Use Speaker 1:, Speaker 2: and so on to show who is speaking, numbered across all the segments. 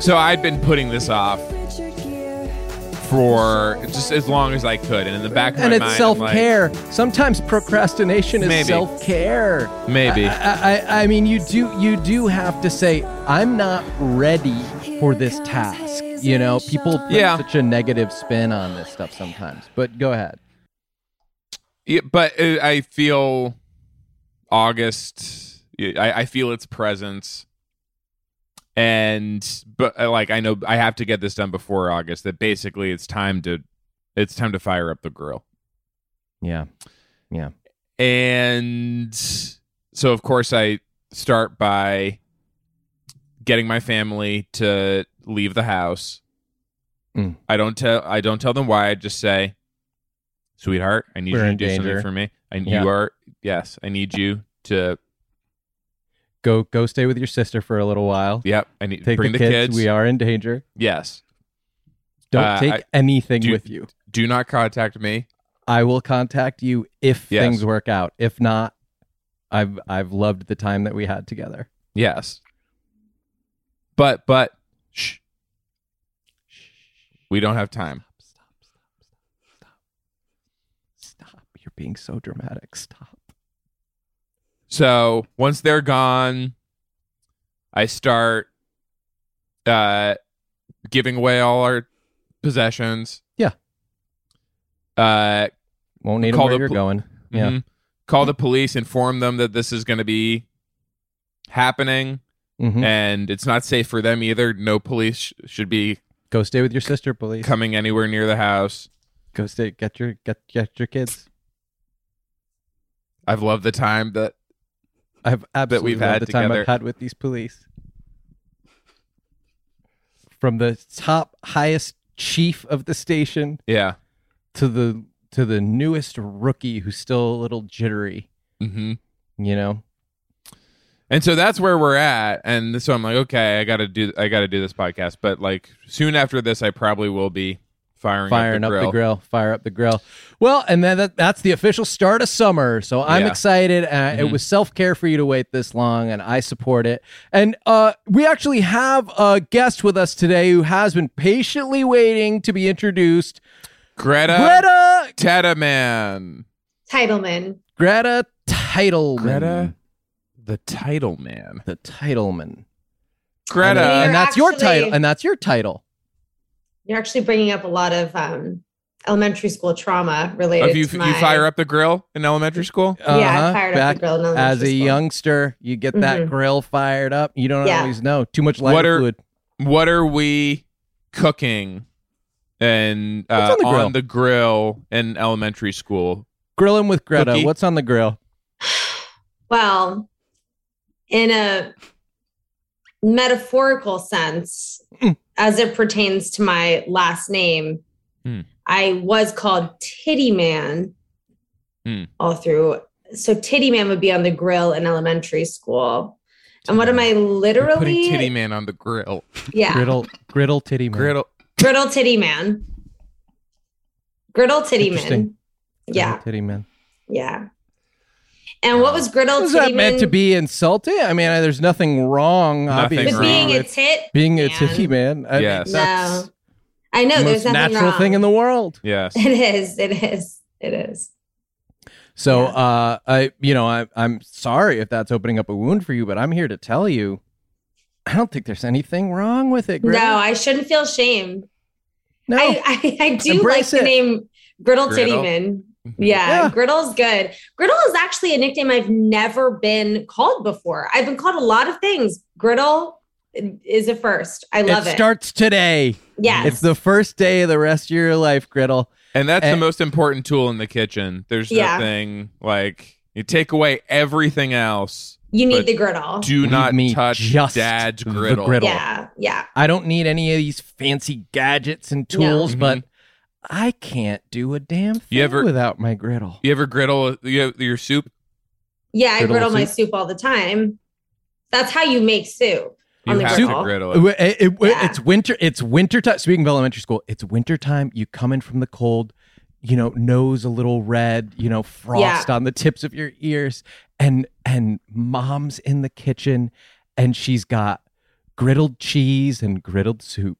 Speaker 1: So I'd been putting this off for just as long as I could, and in the back of
Speaker 2: and
Speaker 1: my
Speaker 2: it's
Speaker 1: mind,
Speaker 2: self
Speaker 1: I'm
Speaker 2: care. Sometimes procrastination
Speaker 1: Maybe.
Speaker 2: is self care.
Speaker 1: Like, Maybe.
Speaker 2: I, I, I mean, you do you do have to say I'm not ready for this task. You know, people put
Speaker 1: Yeah.
Speaker 2: such a negative spin on this stuff sometimes. But go ahead.
Speaker 1: Yeah, but uh, I feel August. yeah, I, I feel its presence, and but uh, like I know I have to get this done before August. That basically it's time to it's time to fire up the grill,
Speaker 2: Yeah, yeah.
Speaker 1: and so of course I start by getting my family to leave the house.
Speaker 2: Mm.
Speaker 1: I don't tell I don't tell them why. I just say, "Sweetheart, I need
Speaker 2: We're
Speaker 1: you to
Speaker 2: in
Speaker 1: do
Speaker 2: danger."
Speaker 1: something for me. I
Speaker 2: Yeah.
Speaker 1: you are yes, I need you to
Speaker 2: Go go stay with your sister for a little while.
Speaker 1: yep. I need
Speaker 2: Take
Speaker 1: bring
Speaker 2: the, kids. We are in danger.
Speaker 1: yes,
Speaker 2: Don't
Speaker 1: Uh,
Speaker 2: take
Speaker 1: I-
Speaker 2: anything
Speaker 1: do-
Speaker 2: with you.
Speaker 1: do not contact me.
Speaker 2: I will contact you if
Speaker 1: Yes.
Speaker 2: things work out. If not, I've I've loved the time that we had together.
Speaker 1: Yes, but but shh, we don't have time.
Speaker 2: Stop, stop, stop, stop. Stop. You're being so dramatic. Stop.
Speaker 1: So once they're gone, I start uh giving away all our possessions.
Speaker 2: Yeah.
Speaker 1: Uh
Speaker 2: Won't need 'em
Speaker 1: Call
Speaker 2: where
Speaker 1: the
Speaker 2: you're
Speaker 1: pol-
Speaker 2: going. Yeah. Mm-hmm.
Speaker 1: mhm. Call the police, inform them that this is gonna be happening
Speaker 2: Mhm.
Speaker 1: and it's not safe for them either. No police sh- should be
Speaker 2: Go stay with your sister, please.
Speaker 1: coming anywhere near the house.
Speaker 2: Go stay. Get your get get your kids.
Speaker 1: I've loved the time that
Speaker 2: I've absolutely
Speaker 1: we've
Speaker 2: loved
Speaker 1: had
Speaker 2: the time
Speaker 1: together.
Speaker 2: I've had with these police. From the top highest chief of the station
Speaker 1: yeah.
Speaker 2: to the to the newest rookie who's still a little jittery,
Speaker 1: hmm
Speaker 2: you know.
Speaker 1: And so that's where we're at. And so I'm like, okay, I gotta do I gotta do this podcast. But like soon after this I probably will be firing,
Speaker 2: Firing
Speaker 1: up, the, grill.
Speaker 2: fire up the grill. Well, and then that, that's the official start of summer. So I'm
Speaker 1: Yeah.
Speaker 2: excited. Uh, It
Speaker 1: Mhm.
Speaker 2: was self care for you to wait this long, and I support it. And uh, we actually have a guest with us today who has been patiently waiting to be introduced.
Speaker 1: Greta,
Speaker 2: Greta
Speaker 1: Tetaman.
Speaker 3: Titleman.
Speaker 2: Greta Titleman.
Speaker 1: Greta the title man.
Speaker 2: the Titleman.
Speaker 1: Greta
Speaker 3: You're
Speaker 2: and that's your
Speaker 3: actually-
Speaker 2: title. And that's your title.
Speaker 3: You're actually bringing up a lot of um, elementary school trauma related.
Speaker 1: if you
Speaker 3: to
Speaker 1: you
Speaker 3: my-
Speaker 1: fire up the grill in elementary school?
Speaker 3: yeah,
Speaker 2: Uh-huh.
Speaker 3: I fired
Speaker 2: Back
Speaker 3: up the grill in
Speaker 2: as
Speaker 3: elementary
Speaker 2: a
Speaker 3: school.
Speaker 2: youngster, you get that
Speaker 3: Mhm.
Speaker 2: grill fired up. You don't
Speaker 3: Yeah.
Speaker 2: always know. Too much lighter
Speaker 1: What are-
Speaker 2: fluid.
Speaker 1: What are we cooking and
Speaker 2: What's
Speaker 1: uh,
Speaker 2: on the grill?
Speaker 1: on the grill in elementary school?
Speaker 2: Grilling with Greta.
Speaker 1: Cookie.
Speaker 2: What's on the grill?
Speaker 3: Well, in a metaphorical sense,
Speaker 2: Mm.
Speaker 3: as it pertains to my last name,
Speaker 1: Mm.
Speaker 3: I was called Titty Man
Speaker 1: Mm.
Speaker 3: all through. So Titty Man would be on the grill in elementary school. And what am I
Speaker 1: You're
Speaker 3: literally?
Speaker 1: putting Titty Man on the grill.
Speaker 3: Yeah.
Speaker 2: Griddle, griddle, titty man.
Speaker 1: Griddle.
Speaker 3: Griddle Titty Man. Griddle Titty Man.
Speaker 2: Interesting. Griddle
Speaker 3: Yeah,
Speaker 2: titty man.
Speaker 3: yeah. And what was Griddle
Speaker 2: Was
Speaker 3: Titty
Speaker 2: that meant
Speaker 3: Man?
Speaker 2: to be insulting? I mean, there's nothing wrong,
Speaker 1: Nothing
Speaker 2: obviously,
Speaker 3: With
Speaker 1: wrong.
Speaker 3: being a
Speaker 2: with
Speaker 3: tit?
Speaker 2: being a
Speaker 3: man.
Speaker 2: titty man. I mean,
Speaker 1: Yes.
Speaker 2: that's
Speaker 3: No. I know
Speaker 2: the
Speaker 3: there's
Speaker 2: most
Speaker 3: nothing
Speaker 2: natural
Speaker 3: wrong.
Speaker 2: thing in the world.
Speaker 1: Yes.
Speaker 3: It is. It is. It is.
Speaker 2: So,
Speaker 3: Yeah.
Speaker 2: uh, I, you know, I, I'm sorry if that's opening up a wound for you, but I'm here to tell you, I don't think there's anything wrong with it. Griddle.
Speaker 3: No, I shouldn't feel shame.
Speaker 2: no.
Speaker 3: I, I, I do
Speaker 2: Embrace
Speaker 3: like
Speaker 2: it.
Speaker 3: the name Griddle,
Speaker 1: Griddle. Mm-hmm.
Speaker 3: Titty Man. Yeah,
Speaker 2: Yeah.
Speaker 3: Griddle's good. Griddle is actually a nickname I've never been called before. I've been called a lot of things. Griddle is a first. I love it.
Speaker 2: it starts today.
Speaker 3: yes.
Speaker 2: It's the first day of the rest of your life, Griddle.
Speaker 1: And that's the
Speaker 2: And-
Speaker 1: most important tool in the kitchen. There's
Speaker 3: Yeah.
Speaker 1: nothing like you take away everything else.
Speaker 3: You need
Speaker 1: But
Speaker 3: the griddle.
Speaker 1: Do
Speaker 2: Leave
Speaker 1: not
Speaker 2: me
Speaker 1: touch
Speaker 2: just
Speaker 1: dad's
Speaker 2: the
Speaker 1: griddle.
Speaker 2: griddle.
Speaker 3: Yeah, yeah.
Speaker 2: I don't need any of these fancy gadgets and
Speaker 3: No.
Speaker 2: tools,
Speaker 1: Mhm.
Speaker 2: but I can't do a damn thing
Speaker 1: You ever-
Speaker 2: without my griddle.
Speaker 1: You ever griddle you, your soup?
Speaker 3: Yeah, I
Speaker 2: Griddle
Speaker 3: griddle my
Speaker 2: soup.
Speaker 3: soup all the time. That's how you make soup.
Speaker 1: You
Speaker 3: On the
Speaker 1: have to
Speaker 3: griddle.
Speaker 1: griddle it.
Speaker 2: It- Uh, it- it-
Speaker 3: Yeah.
Speaker 2: It's winter. It's winter time. Speaking of elementary school, it's winter time. You come in from the cold, you know, nose a little red, you know, frost on the tips of your ears, and and mom's in the kitchen, and she's got griddled cheese and griddled soup,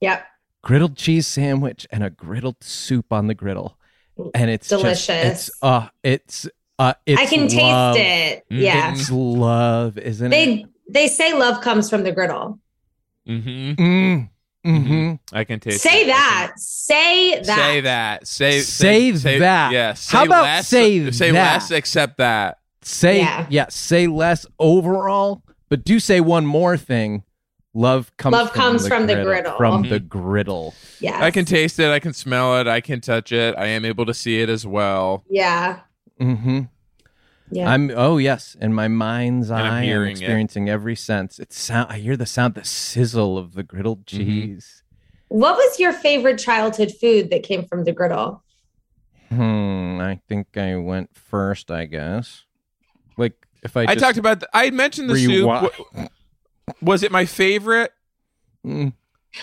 Speaker 3: Yep.
Speaker 2: griddled cheese sandwich, and a griddled soup on the griddle. And it's just-
Speaker 3: Delicious.
Speaker 2: it's uh, it's uh, it's
Speaker 3: I can
Speaker 2: love.
Speaker 3: taste it.
Speaker 1: Mm.
Speaker 3: Yeah.
Speaker 2: It's love, isn't it?
Speaker 3: They they say love comes from the griddle.
Speaker 1: Mm-hmm.
Speaker 2: Mm,
Speaker 3: Mm-hmm.
Speaker 2: hmm
Speaker 1: I can taste.
Speaker 3: Say
Speaker 1: it. I can-
Speaker 3: that. Say that.
Speaker 1: Say that. Say
Speaker 2: Say that.
Speaker 1: Yeah. Say
Speaker 2: How about
Speaker 1: less,
Speaker 2: say
Speaker 1: say
Speaker 2: that?
Speaker 1: less? Accept that.
Speaker 2: Say yeah.
Speaker 3: Yeah.
Speaker 2: say less overall, but do say one more thing. Love comes
Speaker 3: Love
Speaker 2: from
Speaker 3: comes
Speaker 2: the
Speaker 3: from the
Speaker 2: griddle,
Speaker 3: griddle.
Speaker 2: From
Speaker 1: Mhm.
Speaker 2: the griddle.
Speaker 3: Yes.
Speaker 1: I can taste it. I can smell it. I can touch it. I am able to see it as well.
Speaker 3: Yeah.
Speaker 2: hmm
Speaker 3: Yeah.
Speaker 2: I'm oh yes, in my mind's
Speaker 1: And I'm
Speaker 2: eye, I'm
Speaker 1: hearing it.
Speaker 2: experiencing every sense. It sound I hear the sound, the sizzle of the griddled
Speaker 1: Mm-hmm.
Speaker 2: cheese.
Speaker 3: what was your favorite childhood food that came from the griddle?
Speaker 2: Hmm. I think I went first. I guess. Like if I,
Speaker 1: I,
Speaker 2: just
Speaker 1: talked about. The, I had mentioned the
Speaker 2: rewi-
Speaker 1: soup. Wa- Was it my favorite?
Speaker 2: Mm,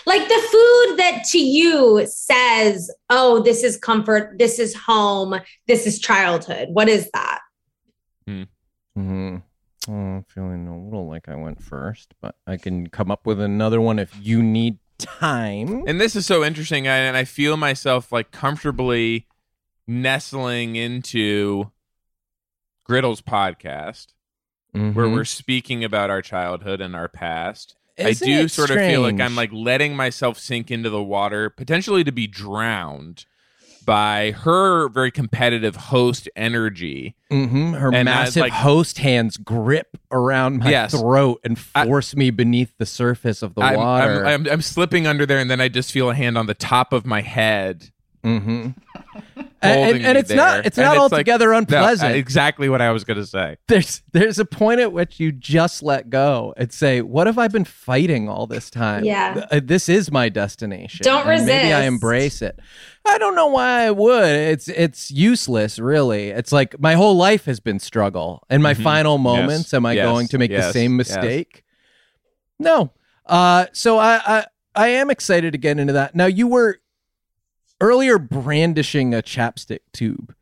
Speaker 3: Like the food that to you says, "Oh, this is comfort. This is home. This is childhood." What is that?
Speaker 2: mhm. Oh, I'm feeling a little like I went first, but I can come up with another one if you need time.
Speaker 1: And this is so interesting. I, and I feel myself like comfortably nestling into Griddle's podcast, where
Speaker 2: Mhm.
Speaker 1: we're speaking about our childhood and our past. I
Speaker 2: Isn't
Speaker 1: do
Speaker 2: it
Speaker 1: sort of feel like I'm
Speaker 2: strange?
Speaker 1: like letting myself sink into the water, potentially to be drowned by her very competitive host energy.
Speaker 2: Mhm, her
Speaker 1: and I,
Speaker 2: massive
Speaker 1: like-
Speaker 2: host hands grip around my
Speaker 1: Yes.
Speaker 2: throat and
Speaker 1: I-
Speaker 2: force me beneath the surface of the
Speaker 1: I'm,
Speaker 2: water.
Speaker 1: I'm, I'm, I'm slipping under there, and then I just feel a hand on the top of my head.
Speaker 2: hmm
Speaker 1: Holding
Speaker 2: And, and
Speaker 1: me
Speaker 2: it's not
Speaker 1: there.
Speaker 2: it's
Speaker 1: And
Speaker 2: not
Speaker 1: it's like-
Speaker 2: altogether
Speaker 1: No,
Speaker 2: unpleasant.
Speaker 1: I- exactly what I was going to say.
Speaker 2: there's there's a point at which you just let go and say, "What have I been fighting all this time?
Speaker 3: Yeah.
Speaker 2: Th- uh, this is my destination.
Speaker 3: Don't
Speaker 2: and Maybe I
Speaker 3: resist.
Speaker 2: embrace it. I don't know why I would. It's it's useless, really. It's like my whole life has been struggle. In my
Speaker 1: Mhm.
Speaker 2: final moments, am I
Speaker 1: Yes.
Speaker 2: going to make the
Speaker 1: Yes.
Speaker 2: same
Speaker 1: Yes.
Speaker 2: mistake? No. Uh, so I, I I am excited to get into that. Now you were earlier brandishing a chapstick tube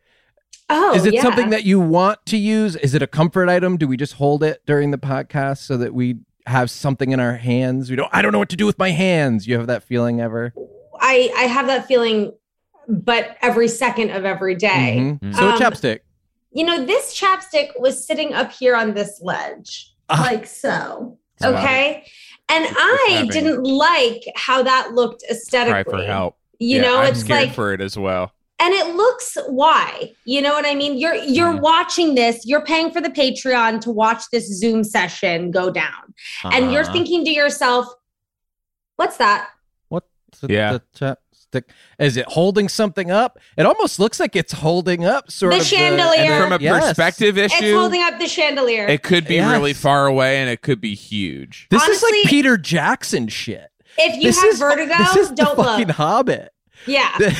Speaker 3: Oh,
Speaker 2: is it
Speaker 3: yeah.
Speaker 2: something that you want to use? Is it a comfort item? Do we just hold it during the podcast so that we have something in our hands? We don't. I don't know what to do with my hands. You have that feeling ever?
Speaker 3: I I have that feeling, but every second of every day.
Speaker 1: Mm-hmm.
Speaker 2: Mhm. So a
Speaker 3: Um,
Speaker 2: chapstick.
Speaker 3: You know, this chapstick was sitting up here on this ledge,
Speaker 2: Ah.
Speaker 3: like so.
Speaker 2: Wow.
Speaker 3: Okay. And
Speaker 1: It's
Speaker 3: I
Speaker 1: having-
Speaker 3: didn't like how that looked
Speaker 1: Cry
Speaker 3: aesthetically.
Speaker 1: for help.
Speaker 3: You
Speaker 1: Yeah,
Speaker 3: know,
Speaker 1: I'm
Speaker 3: it's
Speaker 1: scared
Speaker 3: like
Speaker 1: for it as well.
Speaker 3: and it looks why. You know what I mean? You're you're
Speaker 1: Mhm.
Speaker 3: watching this, you're paying for the Patreon to watch this Zoom session go down. And you're
Speaker 2: Uh-huh.
Speaker 3: thinking to yourself, what's that?
Speaker 2: It's a-
Speaker 1: Yeah.
Speaker 2: the chapstick. Is it holding something up? It almost looks like it's holding up sort
Speaker 3: The
Speaker 2: of
Speaker 3: chandelier.
Speaker 1: And
Speaker 3: Yeah.
Speaker 1: from a
Speaker 2: Yes.
Speaker 1: perspective
Speaker 3: It's
Speaker 1: issue,
Speaker 3: holding up the chandelier.
Speaker 1: it could be
Speaker 2: Yes.
Speaker 1: really far away, and it could be huge.
Speaker 2: This is like
Speaker 3: Honestly-
Speaker 2: Peter Jackson shit.
Speaker 3: if you
Speaker 2: this
Speaker 3: have
Speaker 2: is
Speaker 3: vertigo,
Speaker 2: this is
Speaker 3: don't
Speaker 2: the fucking
Speaker 3: look.
Speaker 2: Hobbit.
Speaker 3: Yeah.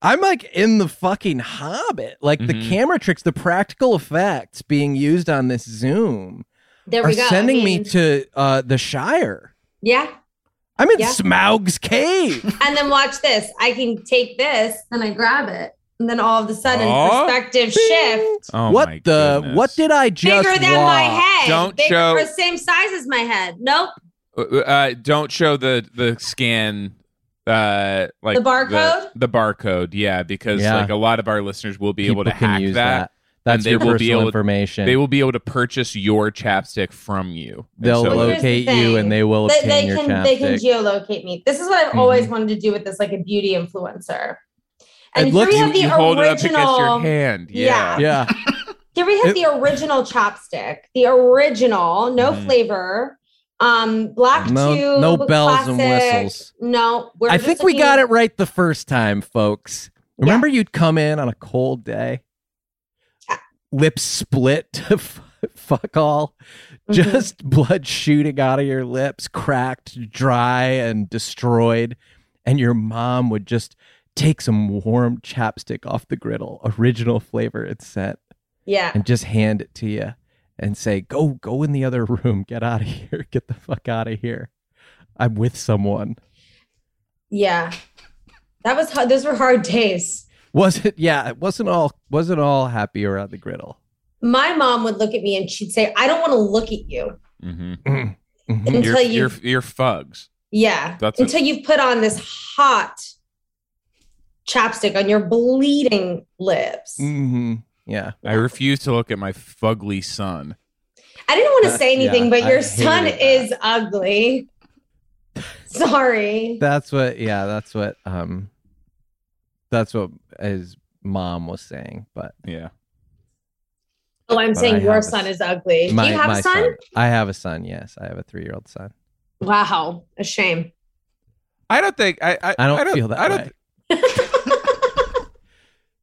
Speaker 2: I'm like in the fucking Hobbit. Like the
Speaker 1: Mhm.
Speaker 2: camera tricks, the practical effects being used on this Zoom
Speaker 3: There
Speaker 2: are
Speaker 3: we go. I
Speaker 2: sending me
Speaker 3: mean,
Speaker 2: to uh, the Shire.
Speaker 3: yeah.
Speaker 2: I'm in
Speaker 3: Yeah.
Speaker 2: Smaug's cave.
Speaker 3: And then watch this. I can take this, then I grab it, and then all of a sudden,
Speaker 1: Aw.
Speaker 3: perspective
Speaker 2: Bing.
Speaker 3: shift.
Speaker 1: Oh
Speaker 2: what
Speaker 1: my
Speaker 2: the?
Speaker 1: goodness.
Speaker 2: What did I just?
Speaker 3: Bigger than my
Speaker 2: watch?
Speaker 3: head.
Speaker 1: Don't
Speaker 3: Bigger,
Speaker 1: show-
Speaker 3: or same size as my head. Nope.
Speaker 1: uh, don't show the the scan uh like
Speaker 3: The barcode?
Speaker 1: the, the barcode yeah because
Speaker 2: Yeah.
Speaker 1: like a lot of our listeners will be able
Speaker 2: People
Speaker 1: to
Speaker 2: can
Speaker 1: hack
Speaker 2: use
Speaker 1: that,
Speaker 2: That's
Speaker 1: and they
Speaker 2: your
Speaker 1: will be
Speaker 2: personal
Speaker 1: able-
Speaker 2: information.
Speaker 1: they will be able to purchase your chapstick from you And
Speaker 2: They'll
Speaker 1: so-
Speaker 3: Well, here's the
Speaker 2: locate you and
Speaker 3: thing.
Speaker 2: they will
Speaker 3: They,
Speaker 2: obtain
Speaker 3: they
Speaker 2: your
Speaker 3: can
Speaker 2: chapstick.
Speaker 3: they can geolocate me. This is what I've always
Speaker 1: Mm-hmm.
Speaker 3: wanted to do with this, like a beauty influencer. And
Speaker 2: It
Speaker 3: here
Speaker 2: looks-
Speaker 3: we
Speaker 1: you,
Speaker 3: have the
Speaker 1: you
Speaker 3: original.
Speaker 1: hold it up against your hand yeah,
Speaker 3: Yeah.
Speaker 2: yeah.
Speaker 3: Here we have
Speaker 2: It-
Speaker 3: the original chapstick, the original, no
Speaker 1: Mhm.
Speaker 3: flavor, um, black
Speaker 2: Mm-hmm. No-
Speaker 3: tube,
Speaker 2: no bells and
Speaker 3: classic.
Speaker 2: whistles.
Speaker 3: No, we're
Speaker 2: I
Speaker 3: just
Speaker 2: think we
Speaker 3: looking-
Speaker 2: got it right the first time, folks.
Speaker 3: Yeah.
Speaker 2: Remember, you'd come in on a cold day,
Speaker 3: Yeah.
Speaker 2: lips split to f- fuck all,
Speaker 3: Mhm.
Speaker 2: just blood shooting out of your lips, cracked, dry, and destroyed. And your mom would just take some warm chapstick off the griddle, original flavor it sent,
Speaker 3: Yeah,
Speaker 2: and just hand it to you and say, Go, go in the other room. Get out of here. Get the fuck out of here. I'm with someone.
Speaker 3: yeah. That was hard. Those were hard days.
Speaker 2: Was it? Yeah, it wasn't all wasn't all happy around the griddle.
Speaker 3: My mom would look at me and she'd say, "I don't want to look at you."
Speaker 1: Mhm.
Speaker 2: Mhm.
Speaker 3: Until
Speaker 1: You're,
Speaker 3: you-
Speaker 1: you're, you're fugs.
Speaker 3: Yeah.
Speaker 1: That's it.
Speaker 3: Until you've put on this hot chapstick on your bleeding lips.
Speaker 2: Mhm. Yeah.
Speaker 1: I refuse to look at my fugly son.
Speaker 3: I didn't want
Speaker 2: Uh,
Speaker 3: to say anything,
Speaker 2: yeah,
Speaker 3: but
Speaker 2: I
Speaker 3: your son
Speaker 2: hated that.
Speaker 3: is ugly. Sorry.
Speaker 2: That's what yeah, that's what um that's what his mom was saying, but
Speaker 1: Yeah.
Speaker 3: Oh, I'm
Speaker 2: But I
Speaker 3: saying your
Speaker 2: have a-
Speaker 3: son is ugly. Do
Speaker 2: my,
Speaker 3: you have
Speaker 2: my
Speaker 3: a son?
Speaker 2: I have a son, yes. I have a 3-year-old son.
Speaker 3: Wow. A shame.
Speaker 1: I don't think I. I,
Speaker 2: I don't, feel that
Speaker 1: I don't,
Speaker 2: way.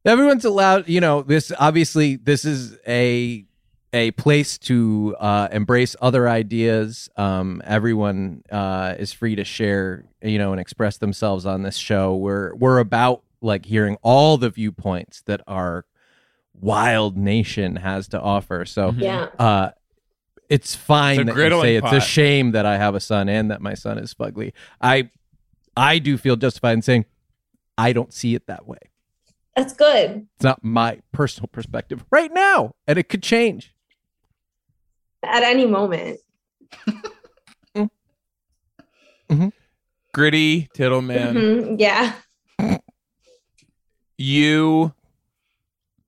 Speaker 2: Everyone's allowed, you know, this obviously this is a a place to uh embrace other ideas. Um everyone uh is free to share, you know, and express themselves on this show. We're we're about like hearing all the viewpoints that our wild nation has to offer. So
Speaker 1: Mhm.
Speaker 3: Yeah.
Speaker 2: uh it's
Speaker 1: It's a
Speaker 2: fine that you
Speaker 1: griddling
Speaker 2: say it's a
Speaker 1: pot.
Speaker 2: shame that I have a son and that my son is fugly. I I do feel justified in saying I don't see it that way.
Speaker 3: That's good.
Speaker 2: It's not my personal perspective right now, and it could change.
Speaker 3: At any moment.
Speaker 1: Gritty Tittleman.
Speaker 3: Mhm. Yeah.
Speaker 1: You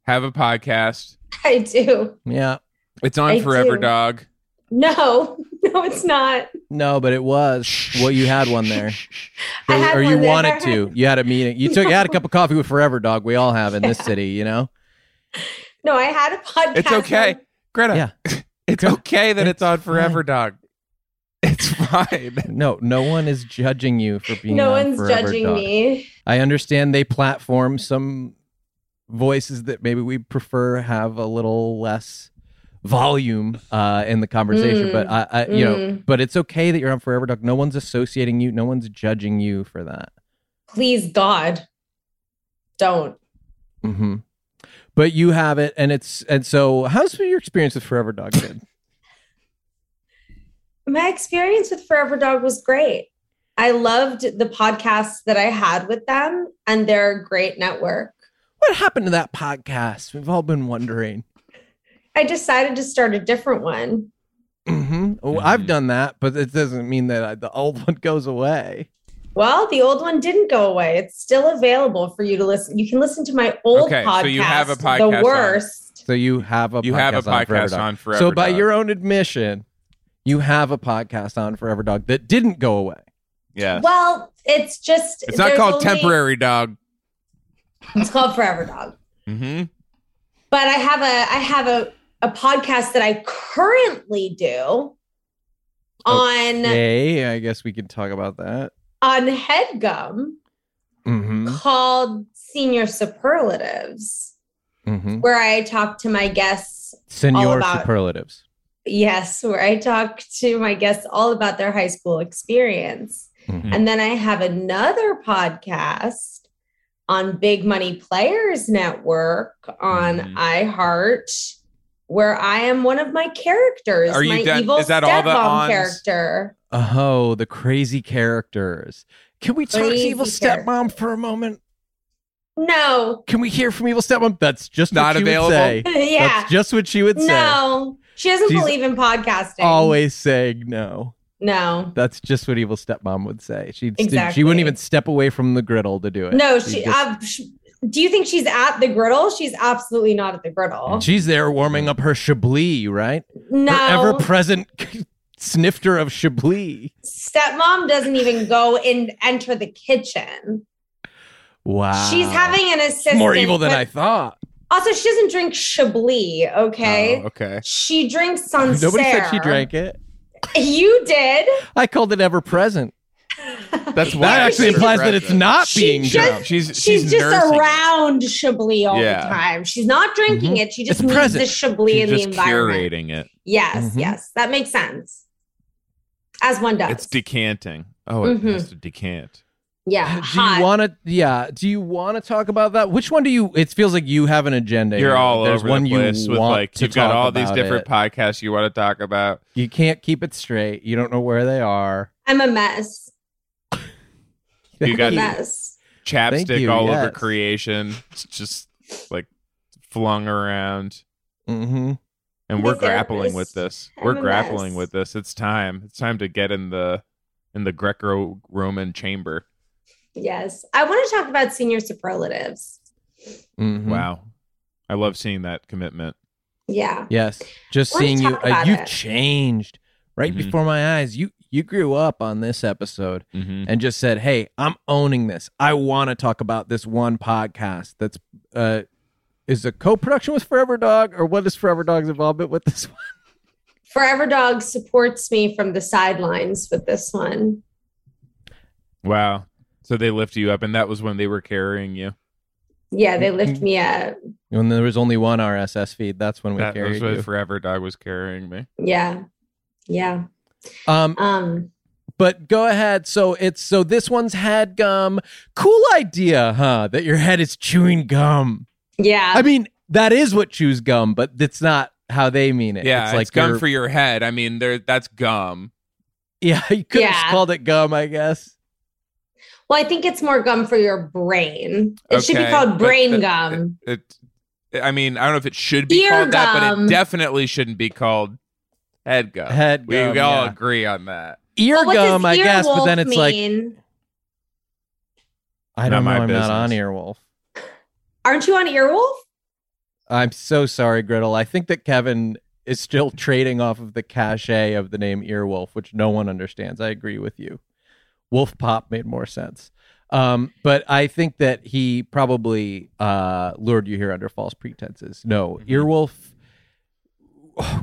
Speaker 1: have a podcast.
Speaker 3: I do.
Speaker 2: Yeah.
Speaker 1: It's on
Speaker 3: I
Speaker 1: Forever
Speaker 3: do.
Speaker 1: Dog.
Speaker 3: No. No, it's not.
Speaker 2: No, but it was. Well, you had one there.
Speaker 3: I had
Speaker 2: or you
Speaker 3: one there.
Speaker 2: wanted to. You had a meeting. You took you had a cup of coffee with Forever Dog. We all have in this city, you know?
Speaker 3: No, I had a podcast.
Speaker 1: It's okay. Greta. It's okay that it's, on Forever Dog. It's fine.
Speaker 2: No, no one is judging you for being
Speaker 3: no
Speaker 2: on
Speaker 3: one's
Speaker 2: Forever
Speaker 3: judging
Speaker 2: Dog.
Speaker 3: me.
Speaker 2: I understand they platform some voices that maybe we prefer have a little less volume uh, in the conversation.
Speaker 3: Mm.
Speaker 2: But I, I Uh, you know,
Speaker 3: Mm.
Speaker 2: but it's okay that you're on Forever Dog. No one's associating you. No one's judging you for that.
Speaker 3: Please, God, don't.
Speaker 2: hmm But you have it, and it's and so how's your experience with Forever Dog been?
Speaker 3: My experience with Forever Dog was great. I loved the podcasts that I had with them, and they're a great network.
Speaker 2: what happened to that podcast? We've all been wondering.
Speaker 3: I decided to start a different one.
Speaker 2: hmm Oh,
Speaker 1: Mhm.
Speaker 2: I've done that, but it doesn't mean that I, the old one goes away.
Speaker 3: Well, the old one didn't go away. It's still available for you to listen. You can listen to my old
Speaker 1: Okay,
Speaker 3: podcast.
Speaker 1: so you have a podcast on-
Speaker 3: The worst.
Speaker 2: So you have a
Speaker 1: You have a
Speaker 2: on Forever
Speaker 1: podcast
Speaker 2: Dog.
Speaker 1: on Forever
Speaker 2: so by
Speaker 1: Dog.
Speaker 2: your own admission you have a podcast on forever dog that didn't go away
Speaker 1: Yeah.
Speaker 3: Well, it's just
Speaker 1: It's not
Speaker 3: there's
Speaker 1: called
Speaker 3: only-
Speaker 1: Temporary Dog.
Speaker 3: It's called Forever Dog.
Speaker 1: Mm-hmm.
Speaker 3: But I have a I have a a podcast that I currently do on
Speaker 2: hey i guess we can talk about that
Speaker 3: on headgum
Speaker 2: mm-hmm,
Speaker 3: called Senior Superlatives,
Speaker 2: mm-hmm.
Speaker 3: where I talk to my guests.
Speaker 2: senior
Speaker 3: about-
Speaker 2: superlatives
Speaker 3: Yes, where I talk to my guests all about their high school experience.
Speaker 1: Mm-hmm.
Speaker 2: Mhm.
Speaker 3: And then I have another podcast on Big Money Players Network on
Speaker 1: Mhm.
Speaker 3: iHeart, where I am one of my characters.
Speaker 1: Are you
Speaker 3: my
Speaker 1: done-
Speaker 3: evil
Speaker 1: is that all the
Speaker 3: stepmom
Speaker 1: ons?
Speaker 3: character.
Speaker 2: oh the crazy characters can we talk to
Speaker 3: Crazy
Speaker 2: evil
Speaker 3: characters.
Speaker 2: stepmom for a moment
Speaker 3: No.
Speaker 2: can we hear from evil stepmom that's just
Speaker 1: Not
Speaker 2: what she would
Speaker 1: available?
Speaker 2: say.
Speaker 3: yeah.
Speaker 2: that's just what she would say
Speaker 3: No. She doesn't
Speaker 2: She's
Speaker 3: believe in podcasting.
Speaker 2: always saying no
Speaker 3: No.
Speaker 2: that's just what evil stepmom would say she'd she
Speaker 3: Exactly.
Speaker 2: wouldn't even step away from the griddle to do it
Speaker 3: No,
Speaker 2: She'd
Speaker 3: she,
Speaker 2: just-
Speaker 3: uh, sh do you think she's at the griddle? She's absolutely not at the griddle.
Speaker 2: She's there warming up her Chablis, right?
Speaker 1: Mm.
Speaker 3: no.
Speaker 2: Her ever present snifter of Chablis.
Speaker 3: Stepmom doesn't even go and enter the kitchen.
Speaker 2: Wow.
Speaker 3: She's having an assistant.
Speaker 2: more evil than
Speaker 3: but-
Speaker 2: I thought.
Speaker 3: Also, she doesn't drink Chablis, okay?
Speaker 1: Oh, okay.
Speaker 3: She drinks Sancerre.
Speaker 2: Nobody said she drank it.
Speaker 3: You did.
Speaker 2: I called it ever present.
Speaker 1: That's why
Speaker 2: That actually
Speaker 1: it's
Speaker 2: implies that
Speaker 1: aggressive.
Speaker 2: it's not
Speaker 3: She
Speaker 2: being
Speaker 3: just-
Speaker 2: drunk.
Speaker 1: She's
Speaker 3: She's, just
Speaker 1: nursing it.
Speaker 3: around Chablis all
Speaker 1: Yeah.
Speaker 3: the time. She's not drinking it. She just
Speaker 2: Mm-hmm. It's
Speaker 3: needs
Speaker 2: present.
Speaker 3: the Chablis
Speaker 1: She's
Speaker 3: in
Speaker 1: just
Speaker 3: the environment.
Speaker 1: curating it.
Speaker 3: Yes,
Speaker 2: Mhm.
Speaker 3: yes. That makes sense. As one does.
Speaker 1: It's decanting. Oh, it
Speaker 3: Mhm.
Speaker 1: has to decant.
Speaker 3: yeah.
Speaker 2: Do you
Speaker 3: Hot.
Speaker 2: want to? Yeah. Do you want to talk about that? Which one do you? It feels like you have an agenda.
Speaker 1: You're
Speaker 2: here.
Speaker 1: all
Speaker 2: There's
Speaker 1: over
Speaker 2: one
Speaker 1: the place
Speaker 2: you
Speaker 1: with
Speaker 2: want
Speaker 1: like
Speaker 2: to
Speaker 1: you've got
Speaker 2: talk
Speaker 1: all these
Speaker 2: about
Speaker 1: different
Speaker 2: it.
Speaker 1: podcasts you want to talk about.
Speaker 2: you can't keep it straight. You don't know where they are.
Speaker 3: I'm a mess.
Speaker 1: You got-
Speaker 3: A mess.
Speaker 1: Chapstick
Speaker 2: you,
Speaker 1: all over
Speaker 2: yes.
Speaker 1: creation. It's just like flung around.
Speaker 2: hmm
Speaker 1: and we're
Speaker 3: The
Speaker 1: grappling
Speaker 3: therapist.
Speaker 1: with this.
Speaker 3: I'm
Speaker 1: we're
Speaker 3: a
Speaker 1: grappling
Speaker 3: mess.
Speaker 1: with this. It's time. It's time to get in the in the Greco-Roman chamber.
Speaker 3: Yes. I want to talk about senior superlatives.
Speaker 2: Mhm.
Speaker 1: Wow, I love seeing that commitment.
Speaker 3: Yeah.
Speaker 2: Yes. Just
Speaker 3: Wanna
Speaker 2: seeing you.
Speaker 3: talk
Speaker 2: Uh,
Speaker 3: about
Speaker 2: you've
Speaker 3: it.
Speaker 2: changed right
Speaker 1: Mhm.
Speaker 2: before my eyes. You you grew up on this episode
Speaker 1: Mm-hmm.
Speaker 2: and just said, "Hey, I'm owning this. I want to talk about this one podcast that's uh is a co-production with Forever Dog or what is Forever Dog's involvement with this one?"
Speaker 3: Forever Dog supports me from the sidelines with this one.
Speaker 1: Wow. So they lift you up, and that was when they were carrying you.
Speaker 3: Yeah, they
Speaker 1: Mm-hmm.
Speaker 3: lift me up.
Speaker 2: When there was only one RSS feed, that's when we
Speaker 1: That was
Speaker 2: carried
Speaker 1: when
Speaker 2: you.
Speaker 1: Forever Dog was carrying me.
Speaker 3: Yeah. Yeah.
Speaker 2: um
Speaker 3: Um
Speaker 2: but go ahead. So it's so this one's had gum. Cool idea, huh? That your head is chewing gum.
Speaker 3: yeah.
Speaker 2: I mean, that is what chews gum, but it's not how they mean it.
Speaker 1: Yeah,
Speaker 2: it's like
Speaker 1: gum
Speaker 2: you're-
Speaker 1: for your head. I mean, there that's gum.
Speaker 2: yeah. You could have
Speaker 3: Yeah.
Speaker 2: called it gum, I guess.
Speaker 3: well, I think it's more gum for your brain. It should be
Speaker 1: Okay,
Speaker 3: called
Speaker 1: but uh,
Speaker 3: brain
Speaker 1: the-
Speaker 3: gum.
Speaker 1: It. I mean, I don't know if it should be
Speaker 3: Ear
Speaker 1: called that, but it
Speaker 3: gum.
Speaker 1: definitely shouldn't be called head gum.
Speaker 2: Head
Speaker 1: Uh, we
Speaker 2: gum.
Speaker 1: all
Speaker 2: Um, yeah.
Speaker 1: agree on that.
Speaker 2: ear
Speaker 3: Well, what does
Speaker 2: gum, I guess, but then
Speaker 3: earwolf
Speaker 2: it's like
Speaker 3: mean?
Speaker 2: I don't know.
Speaker 1: Not my
Speaker 2: I'm not on
Speaker 1: business.
Speaker 2: Earwolf.
Speaker 3: aren't you on Earwolf?
Speaker 2: I'm so sorry, Griddle. I think that Kevin is still trading off of the cachet of the name Earwolf, which no one understands. I agree with you. Wolf Pop made more sense. Um, but I think that he probably uh, lured you here under false pretenses. No,
Speaker 1: Mhm.
Speaker 2: Earwolf,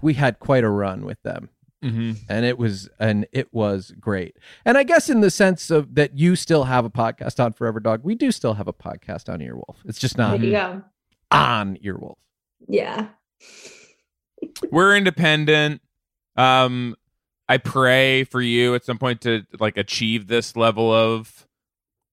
Speaker 2: we had quite a run with them
Speaker 1: Mm-hmm.
Speaker 2: and it was and it was great and i guess in the sense of that you still have a podcast on forever dog we do still have a podcast on earwolf it's just
Speaker 3: There
Speaker 2: not
Speaker 3: you
Speaker 1: Um,
Speaker 3: go.
Speaker 2: on earwolf
Speaker 3: Yeah.
Speaker 1: We're independent. Um, I pray for you at some point to like achieve this level of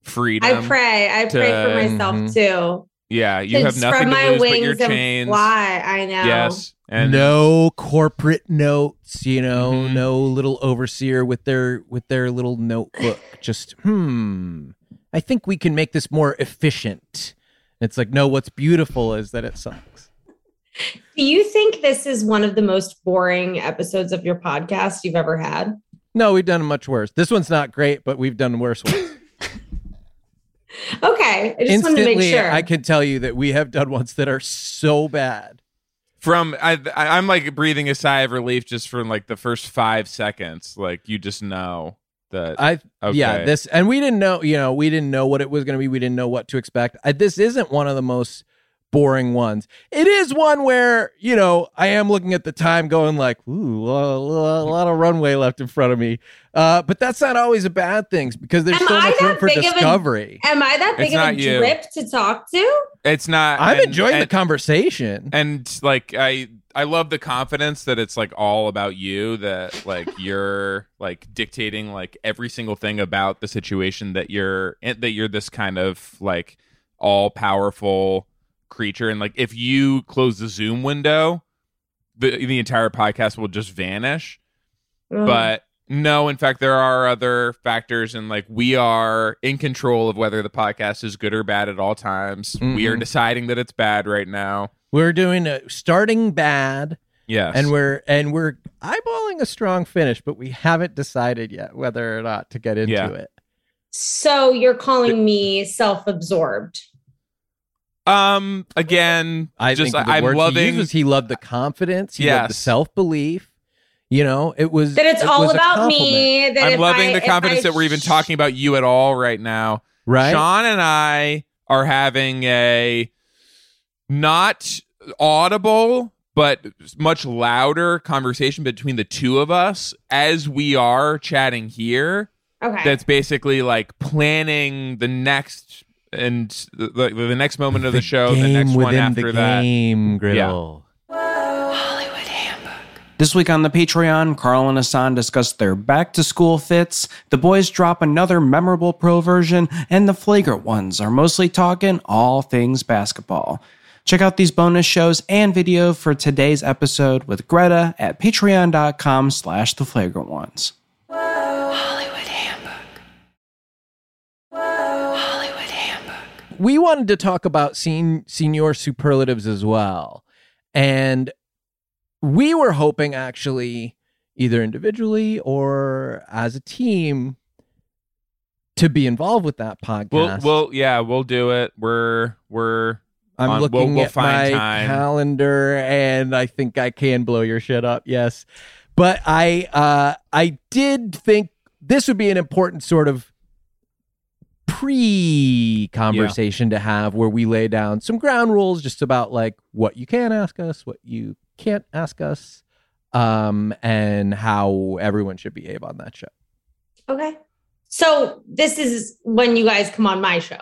Speaker 1: freedom.
Speaker 3: I pray. I pray for
Speaker 1: to-
Speaker 3: myself
Speaker 2: Mhm.
Speaker 3: too.
Speaker 1: Yeah, uh, mm-hmm. you
Speaker 3: To
Speaker 1: have
Speaker 3: spread
Speaker 1: nothing
Speaker 3: my
Speaker 1: to lose but
Speaker 3: wings
Speaker 1: your
Speaker 3: and
Speaker 1: chains.
Speaker 3: Why? I know.
Speaker 1: Yes, and
Speaker 2: no corporate notes you know
Speaker 1: Mhm.
Speaker 2: no little overseer with their with their little notebook just hmm i think we can make this more efficient it's like no what's beautiful is that it sucks
Speaker 3: Do you think this is one of the most boring episodes of your podcast you've ever had?
Speaker 2: no we've done much worse this one's not great but we've done worse ones
Speaker 3: Okay. I just wanted
Speaker 2: instantly
Speaker 3: to make sure.
Speaker 2: i can tell you that we have done ones that are so bad
Speaker 1: from I, I I'm like breathing a sigh of relief just from like the first five seconds. Like you just know that.
Speaker 2: i
Speaker 1: okay.
Speaker 2: Uh, yeah this and we didn't know you know we didn't know what it was going to be we didn't know what to expect I, this isn't one of the most boring ones it is one where you know i am looking at the time going like ooh a lot, a lot of runway left in front of me uh but that's not always a bad thing because there's
Speaker 3: Am
Speaker 2: so
Speaker 3: I
Speaker 2: much room
Speaker 3: that
Speaker 2: for
Speaker 3: big of a-
Speaker 2: discovery
Speaker 3: Am I that
Speaker 1: It's
Speaker 3: big of a
Speaker 1: not you.
Speaker 3: drip to talk to?
Speaker 1: it's not.
Speaker 2: i i'm
Speaker 1: and-
Speaker 2: enjoying the
Speaker 1: and-
Speaker 2: conversation
Speaker 1: and like i i love the confidence that it's like all about you that like you're like dictating like every single thing about the situation that you're and that you're this kind of like all powerful creature and like if you close the zoom window the the entire podcast will just vanish
Speaker 3: Ugh.
Speaker 1: but no in fact there are other factors and like we are in control of whether the podcast is good or bad at all times we are
Speaker 2: Mhm.
Speaker 1: deciding that it's bad right now
Speaker 2: we're doing a starting bad
Speaker 1: yes
Speaker 2: and we're and we're eyeballing a strong finish, but we haven't decided yet whether or not to get into
Speaker 1: Yeah.
Speaker 2: it.
Speaker 3: so you're calling me self-absorbed.
Speaker 1: Um. Again,
Speaker 2: I
Speaker 1: just
Speaker 2: think the
Speaker 1: I, am
Speaker 2: words he
Speaker 1: loving.
Speaker 2: used was he loved the confidence, he loved the
Speaker 1: Yes.
Speaker 2: self belief. You know, it was
Speaker 3: That it's
Speaker 2: it
Speaker 3: all
Speaker 2: was a
Speaker 3: about
Speaker 2: compliment,
Speaker 3: me. That
Speaker 1: I'm
Speaker 3: if
Speaker 1: loving
Speaker 3: I-
Speaker 1: the
Speaker 3: if
Speaker 1: confidence
Speaker 3: I
Speaker 1: that we're even
Speaker 3: sh-
Speaker 1: talking about you at all right now.
Speaker 2: right?
Speaker 1: Sean and I are having a not audible but much louder conversation between the two of us as we are chatting here.
Speaker 3: Okay.
Speaker 1: That's basically like planning the next and the, the, the next moment of the, show, the
Speaker 2: game
Speaker 1: next one
Speaker 2: within
Speaker 1: after
Speaker 2: the
Speaker 1: that.
Speaker 2: game, Griddle.
Speaker 4: This week on the Patreon, Carl and Hassan discuss their back to school fits, the boys drop another memorable pro version, and the flagrant ones are mostly talking all things basketball. Check out these bonus shows and video for today's episode with Greta at patreon.com slash the flagrant ones.
Speaker 2: We wanted to talk about sen- senior superlatives as well, and we were hoping actually either individually or as a team to be involved with that podcast.
Speaker 1: We'll, we'll, yeah, we'll do it. We're, we're,
Speaker 2: I'm
Speaker 1: on- we'll-
Speaker 2: looking
Speaker 1: we'll
Speaker 2: at
Speaker 1: find
Speaker 2: my
Speaker 1: time.
Speaker 2: calendar, and I think I can blow your shit up. Yes, but I uh, I did think this would be an important sort of pre-conversation to have, where we lay down some ground rules just about like what you can ask us, what you can't ask us, um, and how everyone should behave on that show.
Speaker 3: Okay. So this is when you guys come on my show.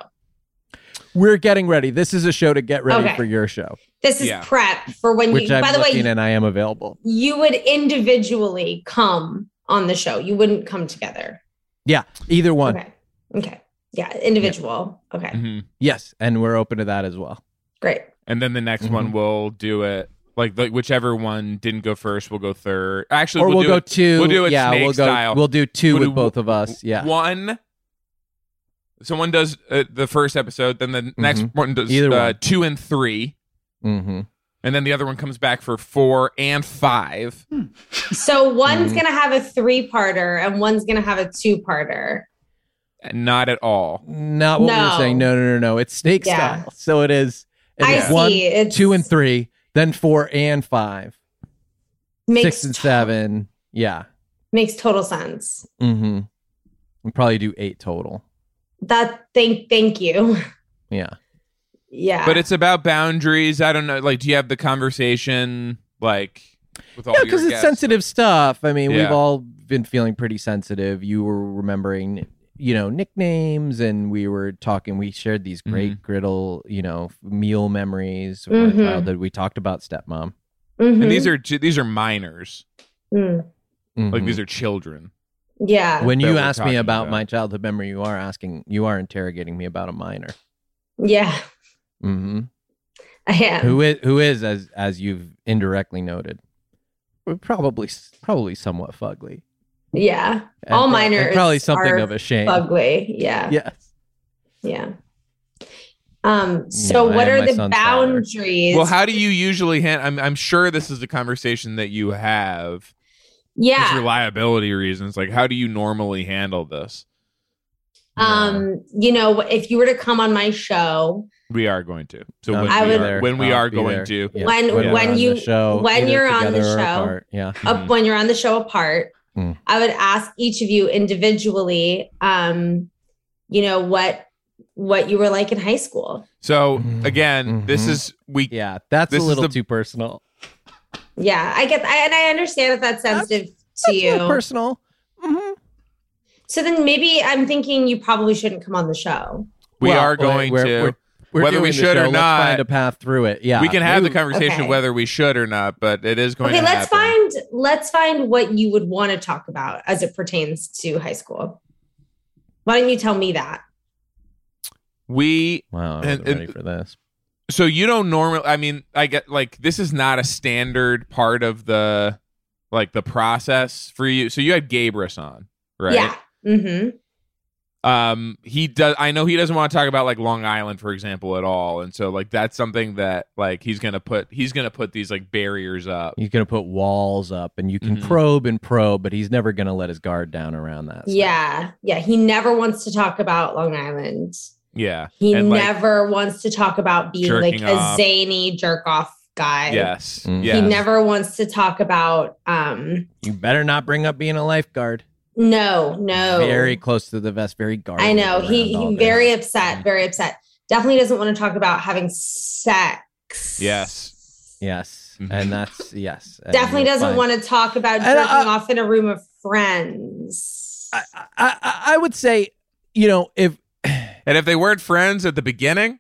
Speaker 2: We're getting ready. This is a show to get ready
Speaker 3: Okay.
Speaker 2: for your show,
Speaker 3: This is
Speaker 1: Yeah.
Speaker 3: prep for when
Speaker 2: which
Speaker 3: you.
Speaker 2: I'm
Speaker 3: by the way,
Speaker 2: looking and I am available.
Speaker 3: you would individually come on the show. You wouldn't come together.
Speaker 2: Either one.
Speaker 3: Okay. Okay. Yeah, individual. Okay.
Speaker 1: mhm.
Speaker 2: Yes, and we're open to that as well.
Speaker 3: Great.
Speaker 1: and then the next
Speaker 2: Mhm.
Speaker 1: one we'll do it like the, whichever one didn't go first, we'll go third. Actually,
Speaker 2: or we'll,
Speaker 1: do
Speaker 2: go
Speaker 1: it.
Speaker 2: two.
Speaker 1: we'll do it
Speaker 2: yeah,
Speaker 1: snake
Speaker 2: we'll go.
Speaker 1: style.
Speaker 2: We'll do 2
Speaker 1: We'll
Speaker 2: with
Speaker 1: do
Speaker 2: both of us. Yeah,
Speaker 1: One. Someone does uh, the first episode, then the next one does
Speaker 2: Mm-hmm. Either
Speaker 1: uh,
Speaker 2: one.
Speaker 1: two and three,
Speaker 2: hmm
Speaker 1: and then the other one comes back for four and five.
Speaker 3: So one's
Speaker 2: Mhm.
Speaker 3: gonna have a three-parter and one's gonna have a two-parter.
Speaker 1: Not at all.
Speaker 2: not what we were
Speaker 3: No.
Speaker 2: saying. No, no, no, no. It's snake
Speaker 3: Yeah.
Speaker 2: style. So it is. it
Speaker 3: I
Speaker 2: is
Speaker 3: see.
Speaker 2: One,
Speaker 3: It's-
Speaker 2: two, and three. Then four and five,
Speaker 3: makes
Speaker 2: six and
Speaker 3: to-
Speaker 2: seven. Yeah.
Speaker 3: makes total sense.
Speaker 2: Mm-hmm. We'll probably do eight total.
Speaker 3: That thank thank you.
Speaker 2: Yeah.
Speaker 3: Yeah.
Speaker 1: But it's about boundaries. I don't know. Like, do you have the conversation like with all?
Speaker 2: Yeah,
Speaker 1: your
Speaker 2: because it's
Speaker 1: guests?
Speaker 2: sensitive stuff. I mean, we've
Speaker 1: Yeah.
Speaker 2: all been feeling pretty sensitive. You were remembering, you know, nicknames, and we were talking. We shared these
Speaker 1: Mm-hmm.
Speaker 2: great griddle, you know, meal memories of our
Speaker 3: Mhm.
Speaker 2: childhood. We talked about stepmom.
Speaker 3: Mm-hmm.
Speaker 1: And these are ju- these are minors. Like these are children.
Speaker 3: Mm. yeah.
Speaker 2: Mm-hmm. when
Speaker 1: that
Speaker 2: you
Speaker 1: we're
Speaker 2: ask me
Speaker 1: talking
Speaker 2: about
Speaker 1: about.
Speaker 2: my childhood memory, you are asking, you are interrogating me about a minor.
Speaker 3: Yeah.
Speaker 2: Mm-hmm.
Speaker 3: I am.
Speaker 2: Who is who is as as you've indirectly noted, probably probably somewhat fugly.
Speaker 3: yeah. All
Speaker 2: pro-
Speaker 3: minors
Speaker 2: probably something
Speaker 3: are
Speaker 2: of a shame.
Speaker 3: Ugly. Yeah. yeah.
Speaker 2: Yes.
Speaker 3: Um so
Speaker 2: Yeah, I
Speaker 3: what
Speaker 2: am
Speaker 3: are
Speaker 2: my
Speaker 3: the
Speaker 2: son's father.
Speaker 3: boundaries?
Speaker 1: Well, how do you usually hand? I'm I'm sure this is the conversation that you have. Just
Speaker 3: yeah.
Speaker 1: reliability reasons. Like, how do you normally handle this?
Speaker 3: Um, you know, if you were to come on my show,
Speaker 1: We are going to. So
Speaker 2: Um,
Speaker 1: when
Speaker 3: I
Speaker 1: we
Speaker 3: would-
Speaker 1: are, when we
Speaker 2: I'll
Speaker 1: are
Speaker 2: be
Speaker 1: going
Speaker 2: there.
Speaker 1: to,
Speaker 2: Yeah,
Speaker 3: When-
Speaker 2: we're
Speaker 3: when
Speaker 2: on
Speaker 3: you-
Speaker 2: the show,
Speaker 3: when
Speaker 2: either
Speaker 3: you're on the
Speaker 2: together or
Speaker 3: show,
Speaker 2: apart. yeah,
Speaker 1: Mhm.
Speaker 3: up when you're on the show apart,
Speaker 2: Mm-hmm. Mm.
Speaker 3: I would ask each of you individually, um, you know, what what you were like in high school.
Speaker 1: so
Speaker 2: Mhm.
Speaker 1: again, this
Speaker 2: Mhm.
Speaker 1: is we.
Speaker 2: yeah, that's
Speaker 1: This
Speaker 2: a
Speaker 1: is
Speaker 2: little
Speaker 1: the-
Speaker 2: too personal.
Speaker 3: Yeah, I get I, and I understand if that's
Speaker 2: That's-
Speaker 3: sensitive
Speaker 2: That's
Speaker 3: to you.
Speaker 2: not personal. hmm
Speaker 3: so then maybe I'm thinking you probably shouldn't come on the show.
Speaker 1: We are going
Speaker 2: we're,
Speaker 1: to.
Speaker 2: We're, we're
Speaker 1: Whether we
Speaker 2: doing the
Speaker 1: should or
Speaker 2: show, let's
Speaker 1: not,
Speaker 2: find a path through it. Yeah,
Speaker 1: we can have the
Speaker 2: Maybe-
Speaker 1: conversation
Speaker 3: okay.
Speaker 1: whether we should or not, but it is going
Speaker 3: okay,
Speaker 1: to
Speaker 3: let's
Speaker 1: happen.
Speaker 3: find let's find what you would want to talk about as it pertains to high school. Why don't you tell me that?
Speaker 1: We
Speaker 2: Wow, I
Speaker 1: And-
Speaker 2: wasn't
Speaker 1: and-
Speaker 2: ready for this.
Speaker 1: so you don't normally i mean i get like this is not a standard part of the like the process for you so you had gabrus on right
Speaker 3: Yeah. hmm
Speaker 1: um he does i know he doesn't want to talk about like long island for example at all and so like that's something that like he's gonna put he's gonna put these like barriers up
Speaker 2: He's gonna put walls up, and you can
Speaker 1: Mhm.
Speaker 2: probe and probe, but he's never gonna let his guard down around that. stuff.
Speaker 3: Yeah. Yeah. He never wants to talk about Long Island.
Speaker 1: yeah
Speaker 3: He
Speaker 1: And, like,
Speaker 3: never wants to talk about being like
Speaker 1: jerking
Speaker 3: a
Speaker 1: off.
Speaker 3: zany jerk off guy.
Speaker 1: yes
Speaker 2: Mm. He
Speaker 1: yes
Speaker 3: He never wants to talk about um
Speaker 2: you better not bring up being a lifeguard.
Speaker 3: no, no.
Speaker 2: very close to the vest, very guarded.
Speaker 3: I know.
Speaker 2: around
Speaker 3: He
Speaker 2: all
Speaker 3: he
Speaker 2: day.
Speaker 3: very upset, very upset. Definitely doesn't want to talk about having sex.
Speaker 1: Yes.
Speaker 2: Yes,
Speaker 1: Mhm.
Speaker 2: and that's yes. and
Speaker 3: Definitely
Speaker 2: you'll
Speaker 3: doesn't
Speaker 2: find-
Speaker 3: want to talk about
Speaker 2: And,
Speaker 3: jerking
Speaker 2: uh,
Speaker 3: off in a room of friends.
Speaker 2: I, I, I I would say, you know, if
Speaker 1: and if they weren't friends at the beginning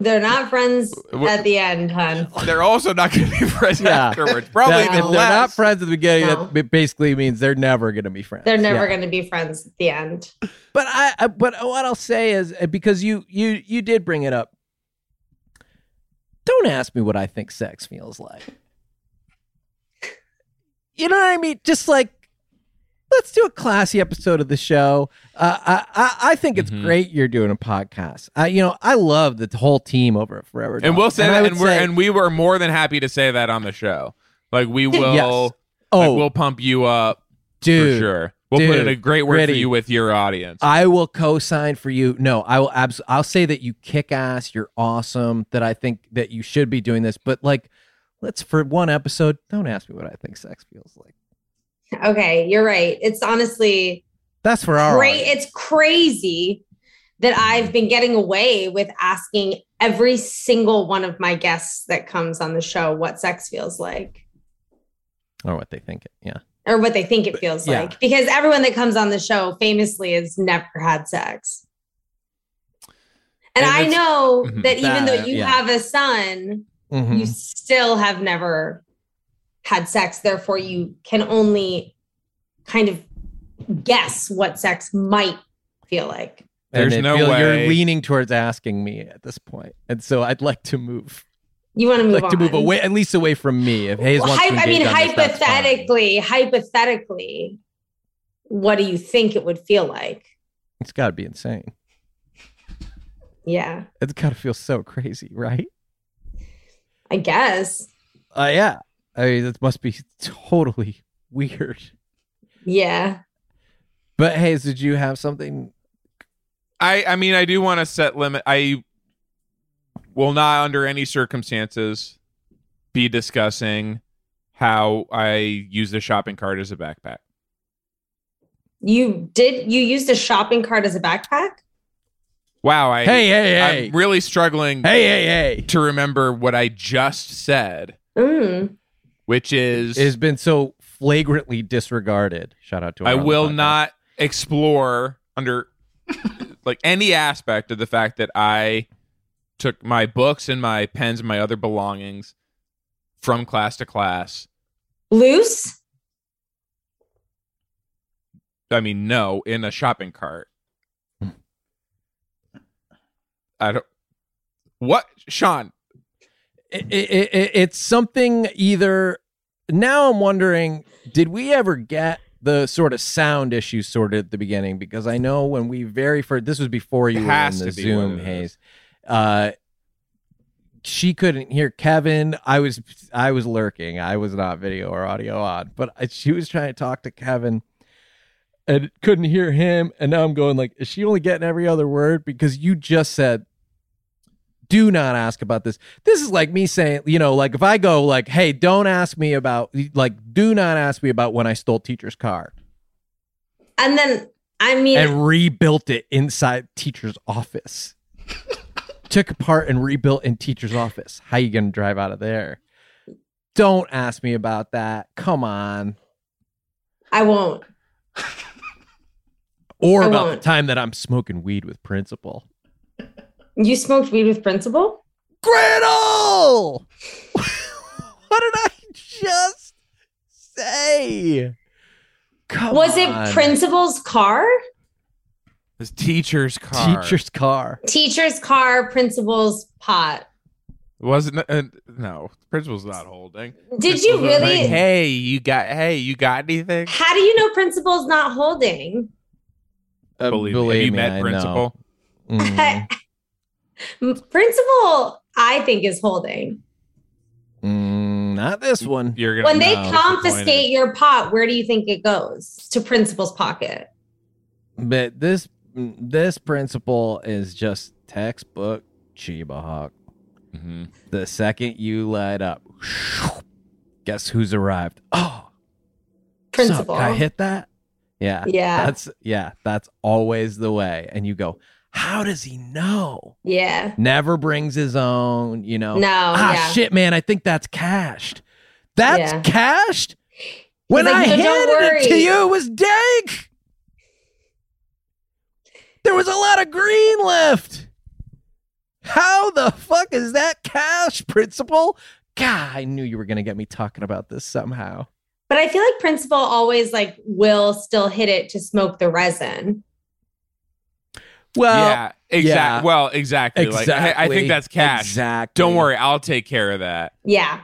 Speaker 3: They're not friends
Speaker 1: Wh-
Speaker 3: at the end, hun.
Speaker 1: they're also not gonna be friends
Speaker 2: Yeah.
Speaker 1: afterwards probably
Speaker 2: if
Speaker 3: No.
Speaker 1: even
Speaker 2: they're not
Speaker 1: less.
Speaker 2: friends at the beginning,
Speaker 3: No.
Speaker 2: that b- basically means they're never going to be friends.
Speaker 3: They're never
Speaker 2: Yeah.
Speaker 3: going to be friends at the end.
Speaker 2: But I, I, but what I'll say is uh, because you, you, you did bring it up. Don't ask me what I think sex feels like. You know what I mean? Just like. Let's do a classy episode of the show. Uh, I, I I think it's
Speaker 1: Mhm.
Speaker 2: great you're doing a podcast. I you know I love the whole team over at Forever.
Speaker 1: and
Speaker 2: Dog.
Speaker 1: we'll say
Speaker 2: I
Speaker 1: that
Speaker 2: would
Speaker 1: and we're
Speaker 2: say-
Speaker 1: and we were more than happy to say that on the show Like we will,
Speaker 2: Yes.
Speaker 1: like,
Speaker 2: Oh,
Speaker 1: we'll pump you up
Speaker 2: dude.
Speaker 1: for sure. We'll put in
Speaker 2: dude,
Speaker 1: a great word for
Speaker 2: gritty.
Speaker 1: you with your audience.
Speaker 2: I will co-sign for you. No, I will abs- I'll say that you kick ass, you're awesome, that I think that you should be doing this, but like let's for one episode, don't ask me what I think sex feels like.
Speaker 3: Okay, you're right. It's honestly
Speaker 2: That's for our
Speaker 3: great.
Speaker 2: audience.
Speaker 3: It's crazy that I've been getting away with asking every single one of my guests that comes on the show what sex feels like
Speaker 2: or what they think. Yeah.
Speaker 3: or what they think it feels
Speaker 2: yeah.
Speaker 3: like because everyone that comes on the show famously has never had sex.
Speaker 1: And
Speaker 3: And, I
Speaker 1: it's-
Speaker 3: know
Speaker 1: Mhm.
Speaker 3: that even though
Speaker 2: That,
Speaker 3: you
Speaker 2: Mm-hmm. yeah.
Speaker 3: have a son,
Speaker 2: Mhm.
Speaker 3: you still have never had sex therefore you can only kind of guess what sex might feel like
Speaker 2: And
Speaker 1: There's
Speaker 2: I
Speaker 1: no
Speaker 2: feel
Speaker 1: way-
Speaker 2: you're leaning towards asking me at this point. And so I'd like to move.
Speaker 3: you want to move
Speaker 2: like
Speaker 3: on
Speaker 2: to move away at least away from me. If Hayes
Speaker 3: Well,
Speaker 2: wants
Speaker 3: hy-
Speaker 2: to
Speaker 3: i mean
Speaker 2: engage on this, that's fine.
Speaker 3: hypothetically hypothetically what do you think it would feel like
Speaker 2: it's got to be insane.
Speaker 3: yeah
Speaker 2: It's got to feel so crazy, right?
Speaker 3: i guess
Speaker 2: Uh, yeah. I mean, it must be totally weird.
Speaker 3: yeah
Speaker 2: But Hayes, did you have something?
Speaker 1: I I mean I do want to set limit. I will not under any circumstances be discussing how I use the shopping cart as a backpack.
Speaker 3: you did you used a shopping cart as a backpack
Speaker 1: Wow, I
Speaker 2: hey, hey, hey,
Speaker 1: I'm really struggling
Speaker 2: hey, hey, hey!
Speaker 1: to remember what I just said,
Speaker 3: mm.
Speaker 1: which is
Speaker 2: Has been so flagrantly disregarded. Shout out to our
Speaker 1: I
Speaker 2: other
Speaker 1: will
Speaker 2: podcast.
Speaker 1: not explore under like any aspect of the fact that I took my books and my pens and my other belongings from class to class.
Speaker 3: loose
Speaker 1: I mean, no, in a shopping cart.
Speaker 2: Hmm.
Speaker 1: I don't. What, Sean?
Speaker 2: I- I- I- it's something either. Now I'm wondering, did we ever get the sort of sound issue sorted at the beginning? Because I know when we very first, this was before you
Speaker 1: It
Speaker 2: were in
Speaker 1: has
Speaker 2: the
Speaker 1: to be one
Speaker 2: Zoom,
Speaker 1: of those.
Speaker 2: Hayes. Uh, she couldn't hear Kevin. I was I was lurking. I was not video or audio on, but I- she was trying to talk to Kevin and couldn't hear him. And now I'm going like, is she only getting every other word? Because you just said, do not ask about this. This is like me saying, you know, like if I go like, hey, don't ask me about like do not ask me about when I stole teacher's car
Speaker 3: and then i mean
Speaker 2: and rebuilt it inside teacher's office. Took apart and rebuilt in teacher's office. How you gonna drive out of there? Don't ask me about that. Come on.
Speaker 3: i won't
Speaker 2: Or
Speaker 3: I
Speaker 2: about
Speaker 3: won't.
Speaker 2: the time that I'm smoking weed with principal.
Speaker 3: you smoked weed with principal
Speaker 2: Griddle! what did I just say? Come
Speaker 3: was
Speaker 2: on.
Speaker 3: it principal's car
Speaker 1: This teacher's car.
Speaker 2: Teacher's car.
Speaker 3: teacher's car, principal's pot.
Speaker 1: wasn't. Uh, no, principal's not holding.
Speaker 3: Did you
Speaker 1: Principal's
Speaker 3: really?
Speaker 1: like, hey, you got. Hey, you got anything?
Speaker 3: How do you know principal's not holding?
Speaker 1: Believe, me. Have you
Speaker 2: Uh, me,
Speaker 1: met
Speaker 2: I know.
Speaker 1: principal?
Speaker 2: Mm,
Speaker 3: M- Principal, I think, is holding.
Speaker 2: mm, not this one.
Speaker 1: You're gonna
Speaker 3: When they
Speaker 1: no,
Speaker 3: confiscate your pot, where do you think it goes? To principal's pocket.
Speaker 2: But this this principle is just textbook Chiba Hawk.
Speaker 1: disappointed.
Speaker 2: Mm-hmm.
Speaker 1: Mhm.
Speaker 2: The second you light up, guess who's arrived? Oh, what's up?
Speaker 3: Principal.
Speaker 2: Can I hit that? Yeah.
Speaker 3: yeah.
Speaker 2: That's yeah, that's always the way. And you go, how does he know?
Speaker 3: yeah.
Speaker 2: Never brings his own, you know.
Speaker 3: No.
Speaker 2: ah
Speaker 3: Oh, yeah.
Speaker 2: shit, man, I think that's cashed. That's
Speaker 3: Yeah.
Speaker 2: cashed? When
Speaker 3: like,
Speaker 2: I
Speaker 3: "No, don't
Speaker 2: handed it to
Speaker 3: worry."
Speaker 2: you, it was dank. There was a lot of green left. How the fuck is that cash, principal? God, I knew you were gonna get me talking about this somehow.
Speaker 3: But I feel like principal always like will still hit it to smoke the resin.
Speaker 1: Uh,
Speaker 2: Well,
Speaker 1: yeah, exactly.
Speaker 2: yeah.
Speaker 1: Well, exactly. Like I, I
Speaker 2: Exactly.
Speaker 1: think that's cash.
Speaker 2: Exactly.
Speaker 1: Don't worry, I'll take care of that.
Speaker 3: Yeah.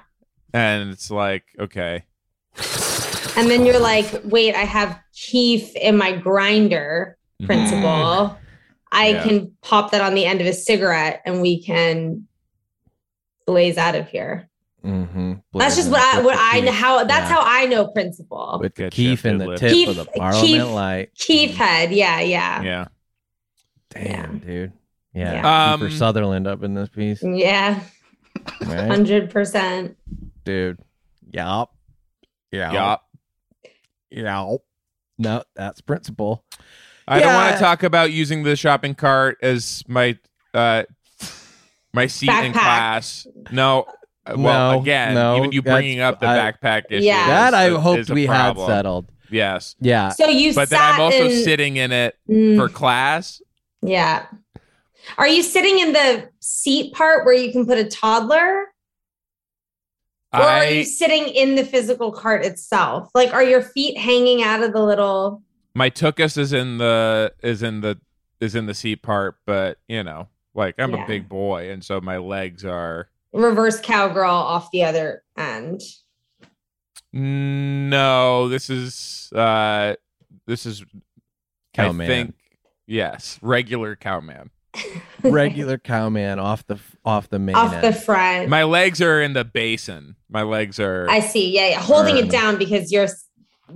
Speaker 1: And it's like, okay,
Speaker 3: And then you're like, wait, I have keef in my grinder.
Speaker 2: Mm-hmm.
Speaker 3: principle. I
Speaker 1: Yeah.
Speaker 3: can pop that on the end of a cigarette and we can blaze out of here.
Speaker 2: Mm-hmm.
Speaker 3: That's just what I what I how that's how I know principle.
Speaker 2: with the
Speaker 1: Good
Speaker 2: keef
Speaker 1: shifted
Speaker 2: and the
Speaker 1: lip.
Speaker 2: tip
Speaker 3: Keef-
Speaker 2: of the parliament
Speaker 3: keef-
Speaker 2: light.
Speaker 3: Keith head, yeah, yeah,
Speaker 1: Yeah.
Speaker 2: Damn, dude. Yeah.
Speaker 1: Yeah.
Speaker 2: Kiefer
Speaker 1: Um,
Speaker 2: Sutherland up in this piece.
Speaker 3: yeah,
Speaker 2: Right?
Speaker 3: hundred percent.
Speaker 2: dude. Yup. Yup.
Speaker 1: Yeah.
Speaker 2: Yup. No, that's principle.
Speaker 1: I don't want
Speaker 2: Yeah.
Speaker 1: to talk about using the shopping cart as my uh my seat in
Speaker 3: Backpack.
Speaker 1: class. No. uh, Well,
Speaker 2: No,
Speaker 1: again,
Speaker 2: no,
Speaker 1: even you
Speaker 2: that's-
Speaker 1: bringing up the
Speaker 2: I-
Speaker 1: backpack issue.
Speaker 3: Yeah.
Speaker 2: That
Speaker 1: is
Speaker 2: I
Speaker 1: a-
Speaker 2: hoped
Speaker 1: is a
Speaker 2: we had
Speaker 1: problem.
Speaker 2: settled.
Speaker 1: Yes.
Speaker 2: Yeah.
Speaker 3: So you
Speaker 1: Uh, But then
Speaker 3: sat
Speaker 1: I'm also
Speaker 3: in,
Speaker 1: sitting in it
Speaker 3: Mm,
Speaker 1: for class.
Speaker 3: yeah. Are you sitting in the seat part where you can put a toddler? Or are you
Speaker 1: I
Speaker 3: sitting in the physical cart itself? Like, are your feet hanging out of the little?
Speaker 1: my tookus is in the is in the is in the seat part, but you know, like I'm
Speaker 3: Yeah.
Speaker 1: a big boy and so my legs are
Speaker 3: reverse cowgirl off the other end.
Speaker 1: No, this is uh this is
Speaker 2: Cowman.
Speaker 1: I think yes, regular cowman.
Speaker 2: Regular cowman off the off the main.
Speaker 3: off the
Speaker 2: end.
Speaker 3: front.
Speaker 1: My legs are in the basin. My legs are
Speaker 3: I see. Yeah, yeah. holding
Speaker 2: Turn.
Speaker 3: it down because you're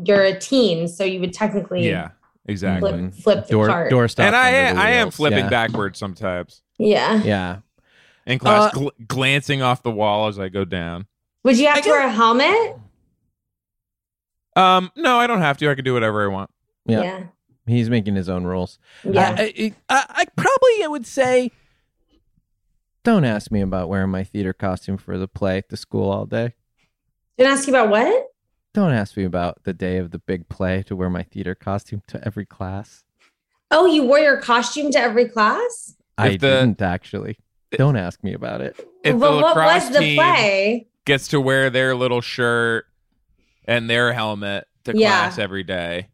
Speaker 3: you're a teen, so you would technically
Speaker 1: Yeah, exactly.
Speaker 3: flip, flip the
Speaker 2: door
Speaker 3: cart.
Speaker 2: doorstop.
Speaker 1: And I
Speaker 2: under the
Speaker 1: I am
Speaker 2: wheels.
Speaker 1: flipping
Speaker 2: Yeah.
Speaker 1: backwards sometimes.
Speaker 3: Yeah.
Speaker 2: Yeah.
Speaker 1: In class
Speaker 2: Uh,
Speaker 1: gl- glancing off the wall as I go down.
Speaker 3: Would you have
Speaker 2: I
Speaker 3: to wear a helmet?
Speaker 1: Um no, I don't have to. I can do whatever I want.
Speaker 2: Yeah.
Speaker 3: Yeah.
Speaker 2: He's making his own rules.
Speaker 3: Yeah.
Speaker 2: I, I, I, I probably would say, don't ask me about wearing my theater costume for the play at the school all day.
Speaker 3: Didn't ask you about what?
Speaker 2: Don't ask me about the day of the big play to wear my theater costume to every class.
Speaker 3: Oh, you wore your costume to every class?
Speaker 2: I
Speaker 1: If the-
Speaker 2: didn't actually. Don't ask me about it.
Speaker 1: If
Speaker 3: well,
Speaker 1: the
Speaker 3: what
Speaker 1: lacrosse
Speaker 3: was the
Speaker 1: team
Speaker 3: play?
Speaker 1: gets to wear their little shirt and their helmet to
Speaker 3: Yeah.
Speaker 1: class every day.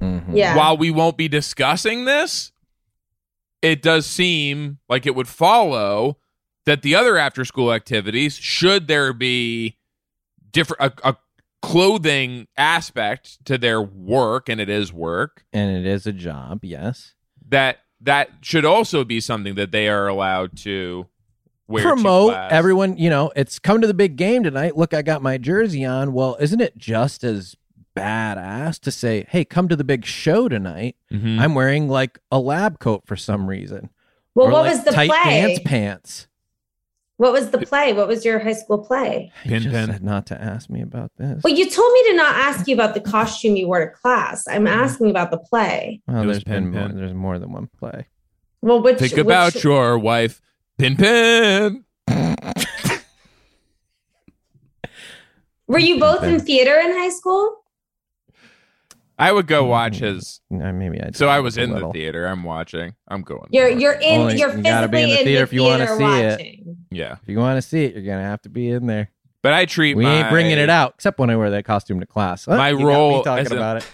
Speaker 2: Mhm.
Speaker 3: Yeah.
Speaker 1: While we won't be discussing this, it does seem like it would follow that the other after school activities, should there be different a, a clothing aspect to their work, and it is work,
Speaker 2: And it is a job, yes.
Speaker 1: that that should also be something that they are allowed to wear to
Speaker 2: Promote
Speaker 1: class.
Speaker 2: everyone, you know, it's come to the big game tonight. Look, I got my jersey on. Well, isn't it just as badass to say, hey, come to the big show tonight?
Speaker 1: Mhm.
Speaker 2: I'm wearing like a lab coat for some reason.
Speaker 3: Well,
Speaker 2: Or,
Speaker 3: what
Speaker 2: like,
Speaker 3: was the
Speaker 2: tight
Speaker 3: play?
Speaker 2: Pants, pants.
Speaker 3: What was the play? What was your high school play?
Speaker 2: He
Speaker 1: Pin,
Speaker 2: just
Speaker 1: pin.
Speaker 2: said not to ask me about this.
Speaker 3: Well, you told me to not ask you about the costume you wore to class. I'm
Speaker 2: Mm-hmm.
Speaker 3: asking about the play.
Speaker 2: Well,
Speaker 1: It was
Speaker 2: there's been
Speaker 1: pin,
Speaker 2: more,
Speaker 1: pin.
Speaker 2: there's more than one play.
Speaker 3: Well, which
Speaker 1: Think
Speaker 3: which-
Speaker 1: about your wife, Pin Pin.
Speaker 3: Were you both in theater in high school?
Speaker 1: I would go watch
Speaker 2: Mm,
Speaker 1: his.
Speaker 2: No, maybe I.
Speaker 1: So I was
Speaker 2: a
Speaker 1: in the
Speaker 2: little.
Speaker 1: theater. I'm watching. I'm going.
Speaker 3: You're you're in
Speaker 2: Only-
Speaker 3: you're
Speaker 2: you
Speaker 3: physically
Speaker 2: gotta be in the
Speaker 3: in
Speaker 2: theater
Speaker 3: the
Speaker 2: if you wanna
Speaker 3: theater
Speaker 2: see it.
Speaker 3: watching.
Speaker 1: Yeah,
Speaker 2: If you want to see it, you're gonna have to be in there.
Speaker 1: but I treat.
Speaker 2: We
Speaker 1: my,
Speaker 2: ain't bringing it out except when I wear that costume to class. Huh?
Speaker 1: My
Speaker 2: You got
Speaker 1: role
Speaker 2: me
Speaker 1: as
Speaker 2: talking
Speaker 1: a-
Speaker 2: about it.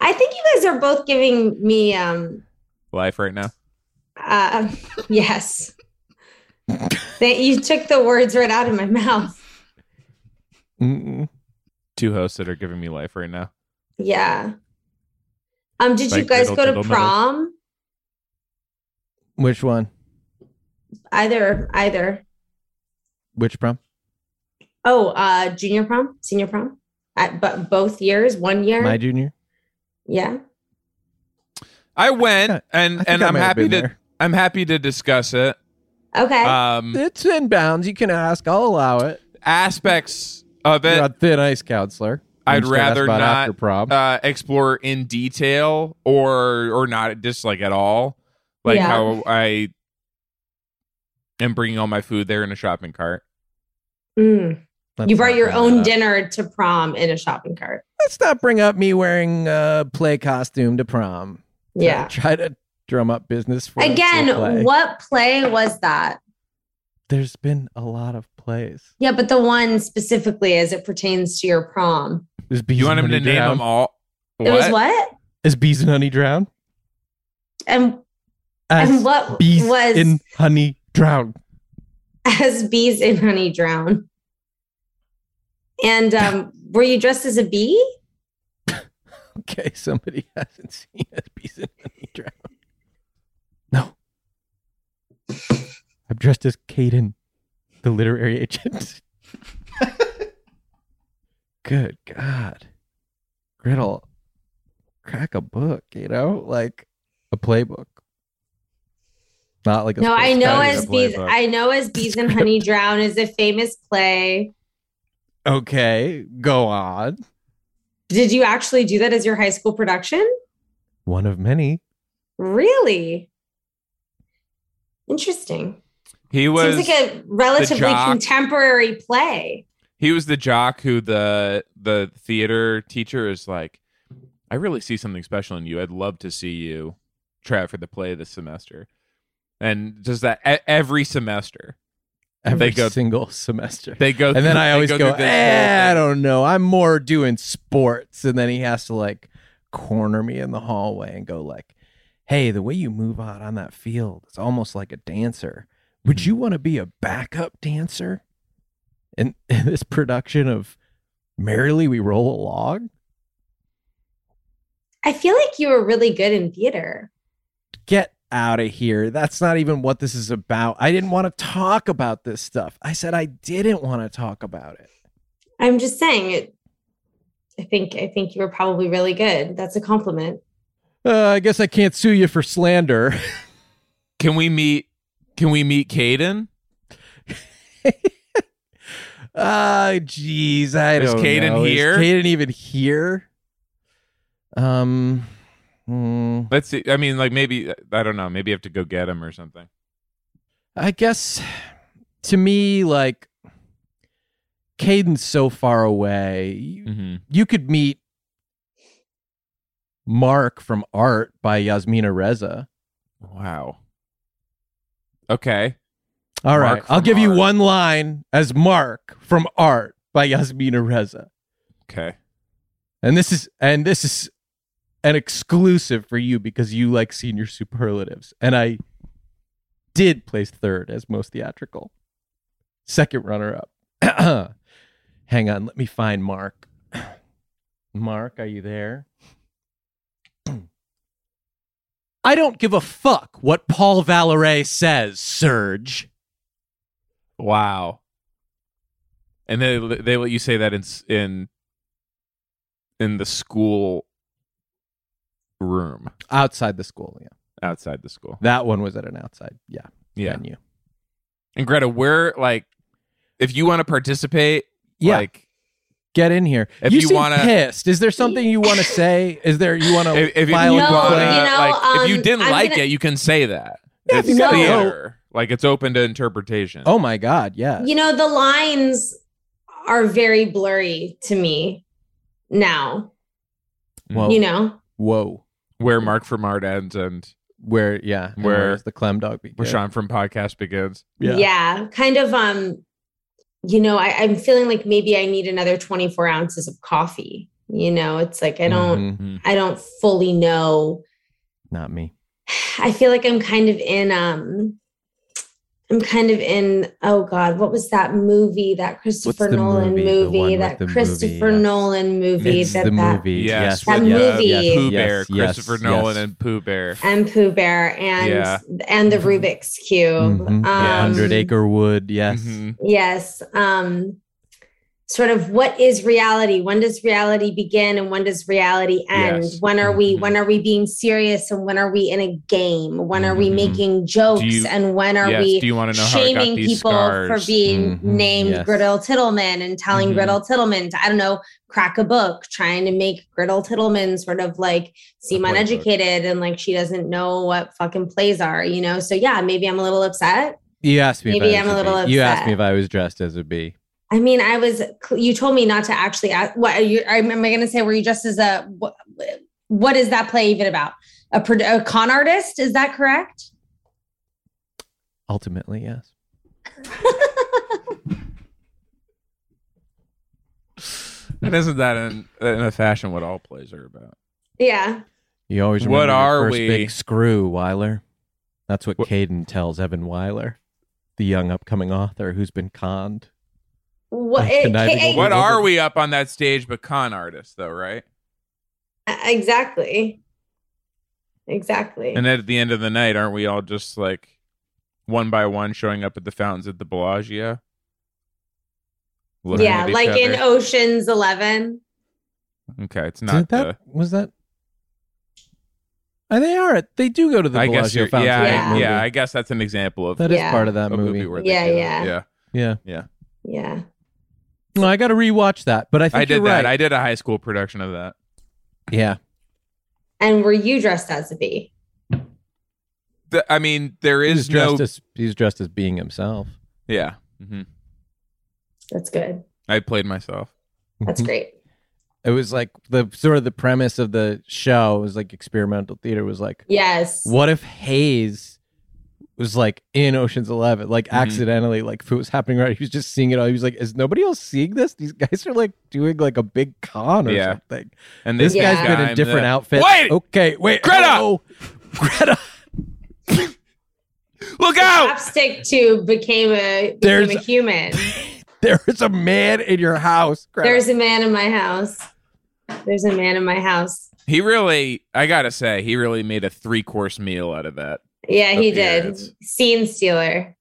Speaker 3: I think you guys are both giving me um
Speaker 1: Life right now.
Speaker 3: uh yes. that you took the words right out of my mouth.
Speaker 2: Mm-mm.
Speaker 1: Two hosts that are giving me life right now.
Speaker 3: Yeah. Um, did you
Speaker 1: Like
Speaker 3: guys
Speaker 1: diddle,
Speaker 3: go
Speaker 1: diddle,
Speaker 3: to
Speaker 1: middle.
Speaker 3: prom?
Speaker 2: Which one?
Speaker 3: Either either.
Speaker 2: Which prom?
Speaker 3: Oh, uh junior prom, senior prom? At but both years, one year.
Speaker 2: My junior.
Speaker 3: yeah.
Speaker 1: I went, and
Speaker 2: I think
Speaker 1: and
Speaker 2: I
Speaker 1: I'm
Speaker 2: might have
Speaker 1: happy
Speaker 2: been
Speaker 1: to.
Speaker 2: there.
Speaker 1: I'm happy to discuss it.
Speaker 3: Okay.
Speaker 2: Uh,
Speaker 1: Um,
Speaker 2: It's in bounds. You can ask. I'll allow it.
Speaker 1: aspects of
Speaker 2: You're
Speaker 1: it
Speaker 2: on thin ice, counselor. I'm
Speaker 1: I'd
Speaker 2: stressed
Speaker 1: rather
Speaker 2: about
Speaker 1: not-
Speaker 2: After prom.
Speaker 1: uh, explore in detail, or or not just like at all, like
Speaker 3: Yeah.
Speaker 1: how I am bringing all my food there in a shopping cart.
Speaker 3: Mm.
Speaker 2: Let's
Speaker 3: You
Speaker 2: not
Speaker 3: brought your
Speaker 2: bring
Speaker 3: own
Speaker 2: that up.
Speaker 3: dinner to prom in a shopping cart.
Speaker 2: Let's not bring up me wearing a play costume to prom. Try-
Speaker 3: Yeah.
Speaker 2: Try to drum up business for for play.
Speaker 3: Again, what play was that?
Speaker 2: There's been a lot of plays.
Speaker 3: Yeah, but the one specifically as it pertains to your prom.
Speaker 2: Is bees
Speaker 1: You want
Speaker 2: and
Speaker 1: him to
Speaker 2: honey
Speaker 1: name
Speaker 2: drown?
Speaker 1: them all?
Speaker 3: It was what?
Speaker 2: Is bees and honey drown?
Speaker 3: And
Speaker 2: As
Speaker 3: and what
Speaker 2: bees
Speaker 3: was
Speaker 2: in honey drown.
Speaker 3: as bees in honey drown? And um, were you dressed as a bee?
Speaker 2: Okay, somebody hasn't seen as bees and honey drown. No, I'm dressed as Caden, the literary agent. good God. Griddle, crack a book, you know? Like a playbook. Not like a
Speaker 3: No, I
Speaker 2: sports
Speaker 3: know
Speaker 1: gotta
Speaker 2: guide.
Speaker 1: be
Speaker 3: as
Speaker 1: a
Speaker 3: bees.
Speaker 1: playbook.
Speaker 3: I know as bees and honey drown is a famous play.
Speaker 2: Okay, go on.
Speaker 3: Did you actually do that as your high school production?
Speaker 2: One of many.
Speaker 3: Really interesting.
Speaker 1: He was
Speaker 3: Seems like a relatively
Speaker 1: jock.
Speaker 3: contemporary play.
Speaker 1: he was the jock who the the theater teacher is like, I really see something special in you. I'd love to see you try out for the play this semester. And does that e- every semester? They
Speaker 2: Every
Speaker 1: go-
Speaker 2: single semester.
Speaker 1: They go
Speaker 2: and then
Speaker 1: through-
Speaker 2: I
Speaker 1: they
Speaker 2: always
Speaker 1: through
Speaker 2: go,
Speaker 1: this whole
Speaker 2: eh, I
Speaker 1: thing.
Speaker 2: don't know. I'm more doing sports. And then he has to like corner me in the hallway and go like, hey, the way you move out on that field, it's almost like a dancer.
Speaker 1: Mm-hmm.
Speaker 2: Would you want to be a backup dancer in, in this production of Merrily We Roll Along?
Speaker 3: I feel like you were really good in theater.
Speaker 2: Get out of here. That's not even what this is about. I didn't want to talk about this stuff. I said I didn't want to talk about it.
Speaker 3: I'm just saying it. I think I think you were probably really good. That's a compliment.
Speaker 2: Uh, I guess I can't sue you for slander.
Speaker 1: Can we meet? Can we meet Caden?
Speaker 2: Ah, jeez, I
Speaker 1: Is
Speaker 2: don't
Speaker 1: Caden
Speaker 2: know.
Speaker 1: here?
Speaker 2: Is Caden even here? Um, hmm,
Speaker 1: Let's see. I mean, like maybe I don't know. Maybe you have to go get him or something.
Speaker 2: I guess to me, like Caden's so far away. You,
Speaker 1: Mm-hmm.
Speaker 2: you could meet Mark from Art by Yasmina Reza.
Speaker 1: Wow. Okay.
Speaker 2: All right,
Speaker 1: Mark
Speaker 2: I'll
Speaker 1: from
Speaker 2: give you
Speaker 1: Art.
Speaker 2: one line as Mark from Art by Yasmina Reza.
Speaker 1: Okay.
Speaker 2: And this is and this is an exclusive for you because you like senior superlatives. And I did place third as most theatrical. Second runner up. Hang on, let me find Mark. Mark, are you there? I don't give a fuck what Paul Valeray says, Serge.
Speaker 1: Wow. And they they let you say that in s- in in the school room
Speaker 2: Outside the school, yeah.
Speaker 1: outside the school.
Speaker 2: That one was at an outside, yeah,
Speaker 1: Yeah.
Speaker 2: venue.
Speaker 1: And Greta, we're like, if you want to participate,
Speaker 2: Yeah.
Speaker 1: like
Speaker 2: Get in here.
Speaker 1: If
Speaker 2: you
Speaker 1: you
Speaker 2: seem
Speaker 1: wanna-
Speaker 2: pissed. Is there something you want to say? Is there you want to
Speaker 1: if, if you
Speaker 2: file
Speaker 1: wanna,
Speaker 2: a
Speaker 3: No,
Speaker 2: complaint?
Speaker 3: you know,
Speaker 1: like, if you
Speaker 3: um,
Speaker 1: didn't
Speaker 3: I'm
Speaker 1: like
Speaker 3: gonna-
Speaker 1: it, you can say that.
Speaker 2: Yeah, if
Speaker 1: it's
Speaker 2: you got-
Speaker 1: theater. Like it's open to interpretation.
Speaker 2: Oh my god, yeah.
Speaker 3: You know, the lines are very blurry to me now.
Speaker 2: Whoa,
Speaker 3: You know,
Speaker 2: whoa.
Speaker 1: where Mark from Art ends and
Speaker 2: Where yeah, and
Speaker 1: Where-
Speaker 2: where's the clam dog begin?
Speaker 1: where Sean from Podcast begins.
Speaker 3: yeah. kind of. Um, you know, I, I'm feeling like maybe I need another 24 ounces of coffee. You know, it's like I don't,
Speaker 2: Mhm.
Speaker 3: I don't fully know
Speaker 2: Not me.
Speaker 3: I feel like I'm kind of in um I'm kind of in oh god, what was that movie? That Christopher
Speaker 2: the
Speaker 3: Nolan
Speaker 2: movie?
Speaker 3: movie,
Speaker 2: The one with
Speaker 3: that
Speaker 2: the movie,
Speaker 3: Christopher
Speaker 2: yes.
Speaker 3: Nolan movie
Speaker 2: It's
Speaker 3: that
Speaker 2: the
Speaker 3: that
Speaker 2: movie.
Speaker 1: Yes, uh,
Speaker 2: Yes,
Speaker 3: That
Speaker 2: yes,
Speaker 3: movie.
Speaker 2: yes,
Speaker 1: Pooh
Speaker 2: yes,
Speaker 1: Bear,
Speaker 2: yes,
Speaker 1: Christopher
Speaker 2: yes.
Speaker 1: Nolan and Pooh Bear.
Speaker 3: and Pooh Bear and
Speaker 1: Yeah.
Speaker 3: and the
Speaker 2: Mhm.
Speaker 3: Rubik's Cube. Um,
Speaker 2: Mhm. Yeah, Hundred Acre Wood. Yes.
Speaker 1: Mhm.
Speaker 3: Yes. Um sort of what is reality? When does reality begin and when does reality end?
Speaker 1: Yes.
Speaker 3: When are
Speaker 1: Mhm.
Speaker 3: we
Speaker 2: Mm-hmm.
Speaker 3: when are we being serious and when are we in a game? When are we
Speaker 2: Mm-hmm.
Speaker 1: Mhm.
Speaker 3: making jokes
Speaker 1: you-
Speaker 3: and when are
Speaker 1: Yes,
Speaker 3: we
Speaker 1: do you want to know how I got
Speaker 3: shaming
Speaker 1: these
Speaker 3: people
Speaker 1: scars?
Speaker 3: for being
Speaker 2: Mhm,
Speaker 3: named
Speaker 2: yes.
Speaker 3: Griddle Tittleman and telling
Speaker 1: Mhm.
Speaker 3: Griddle Tittleman to, I don't know, crack a book, trying to make Griddle Tittleman sort of like seem
Speaker 1: A playbook.
Speaker 3: uneducated and like she doesn't know what fucking plays are, you know? So yeah, maybe I'm a little upset.
Speaker 2: You asked me.
Speaker 3: Maybe
Speaker 2: if I was
Speaker 3: I'm a little
Speaker 2: bee. You asked
Speaker 3: upset.
Speaker 2: me if I was dressed as a bee.
Speaker 3: I mean, I was, you told me not to actually ask, what are you, am I going to say, were you just as a, what, what is that play even about? A, pro- a con artist? Is that correct?
Speaker 2: Ultimately, yes.
Speaker 1: And isn't that in, in a fashion what all plays are about?
Speaker 3: yeah.
Speaker 2: You always remember
Speaker 1: What
Speaker 2: your
Speaker 1: are
Speaker 2: first
Speaker 1: we?
Speaker 2: big screw, Weiler. That's what
Speaker 1: What-
Speaker 2: Caden tells Evan Weiler, the young upcoming author who's been conned.
Speaker 3: What,
Speaker 2: Like conniving
Speaker 3: K-
Speaker 2: Hey,
Speaker 1: what
Speaker 2: well,
Speaker 1: are
Speaker 2: but-
Speaker 1: we up on that stage but con artists, though, right?
Speaker 3: Exactly. Exactly.
Speaker 1: And at the end of the night, aren't we all just like one by one showing up at the fountains at the Bellagio? looking
Speaker 3: yeah,
Speaker 1: at each
Speaker 3: like in
Speaker 1: other.
Speaker 3: Ocean's Eleven.
Speaker 1: okay, it's
Speaker 2: Did
Speaker 1: not uh,
Speaker 2: that
Speaker 1: the.
Speaker 2: was that? Oh, they are. They do go to the
Speaker 1: I guess
Speaker 2: Bellagio
Speaker 1: you're,
Speaker 2: fountain.
Speaker 1: yeah,
Speaker 2: in
Speaker 1: yeah,
Speaker 2: that
Speaker 1: yeah.
Speaker 2: movie.
Speaker 1: I guess that's an example of
Speaker 2: That is
Speaker 3: Yeah.
Speaker 2: part of that
Speaker 1: a
Speaker 2: movie.
Speaker 1: movie where they
Speaker 3: Yeah,
Speaker 1: do that.
Speaker 3: yeah.
Speaker 1: yeah.
Speaker 2: Yeah.
Speaker 3: Yeah.
Speaker 2: No, I got to rewatch that. But I think
Speaker 1: I did
Speaker 2: you're
Speaker 1: that.
Speaker 2: right.
Speaker 1: I did a high school production of that.
Speaker 2: yeah.
Speaker 3: And were you dressed as a bee?
Speaker 1: The- I mean, there
Speaker 2: He's
Speaker 1: is no.
Speaker 2: dressed as he's dressed as being himself.
Speaker 1: yeah,
Speaker 2: Mm-hmm.
Speaker 1: hmm
Speaker 3: That's good.
Speaker 1: I played myself.
Speaker 3: That's
Speaker 2: Mm-hmm.
Speaker 3: great.
Speaker 2: It was like the sort of the premise of the show was like experimental theater was like,
Speaker 3: Yes.
Speaker 2: what if Hayes was like in Ocean's Eleven, like
Speaker 1: Mhm.
Speaker 2: accidentally, like if it was happening right, he was just seeing it all. He was like, is nobody else seeing this? These guys are like doing like a big con or
Speaker 1: Yeah.
Speaker 2: something.
Speaker 1: And
Speaker 2: This
Speaker 3: Yeah.
Speaker 2: guy's been in different
Speaker 1: outfits.
Speaker 2: outfits.
Speaker 1: Wait!
Speaker 2: okay, wait,
Speaker 1: Greta!
Speaker 2: hello. Greta,
Speaker 1: Look out!
Speaker 3: Chapstick too became a became
Speaker 2: There's-
Speaker 3: a human.
Speaker 2: there is a man in your house. Greta.
Speaker 3: There's a man in my house. There's a man in my house.
Speaker 1: He really, I gotta say, he really made a three-course meal out of that.
Speaker 3: Yeah, he did.
Speaker 1: Appearance.
Speaker 3: Scene stealer.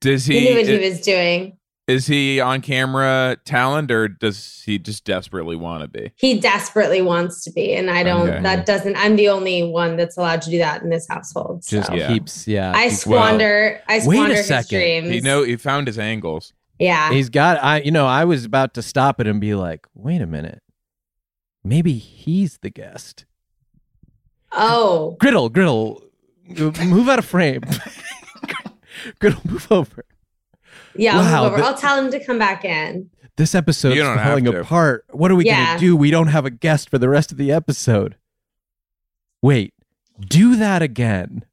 Speaker 1: Does
Speaker 3: He,
Speaker 1: he?
Speaker 3: knew what
Speaker 1: is,
Speaker 3: he was doing.
Speaker 1: he on camera talent, or does he just desperately want to be?
Speaker 3: He desperately wants to be, and I don't.
Speaker 1: Okay.
Speaker 3: That doesn't. I'm the only one that's allowed to do that in this household. So.
Speaker 2: just
Speaker 1: Yeah.
Speaker 2: keeps, yeah.
Speaker 3: I
Speaker 2: keeps-
Speaker 3: squander. I
Speaker 2: Wait a
Speaker 3: squander his
Speaker 2: second.
Speaker 3: dreams.
Speaker 1: He know he found his angles.
Speaker 3: yeah.
Speaker 2: He's got I you know, I was about to stop it and be like, wait a minute. Maybe he's the guest.
Speaker 3: oh,
Speaker 2: Griddle, griddle, move out of frame. griddle, move over.
Speaker 3: yeah. I'll,
Speaker 2: Wow,
Speaker 3: move over.
Speaker 2: the-
Speaker 3: I'll tell him to come back in.
Speaker 2: This episode's
Speaker 1: You don't have
Speaker 2: falling
Speaker 1: to.
Speaker 2: apart. What are we
Speaker 3: Yeah.
Speaker 2: gonna do? We don't have a guest for the rest of the episode. Wait, do that again.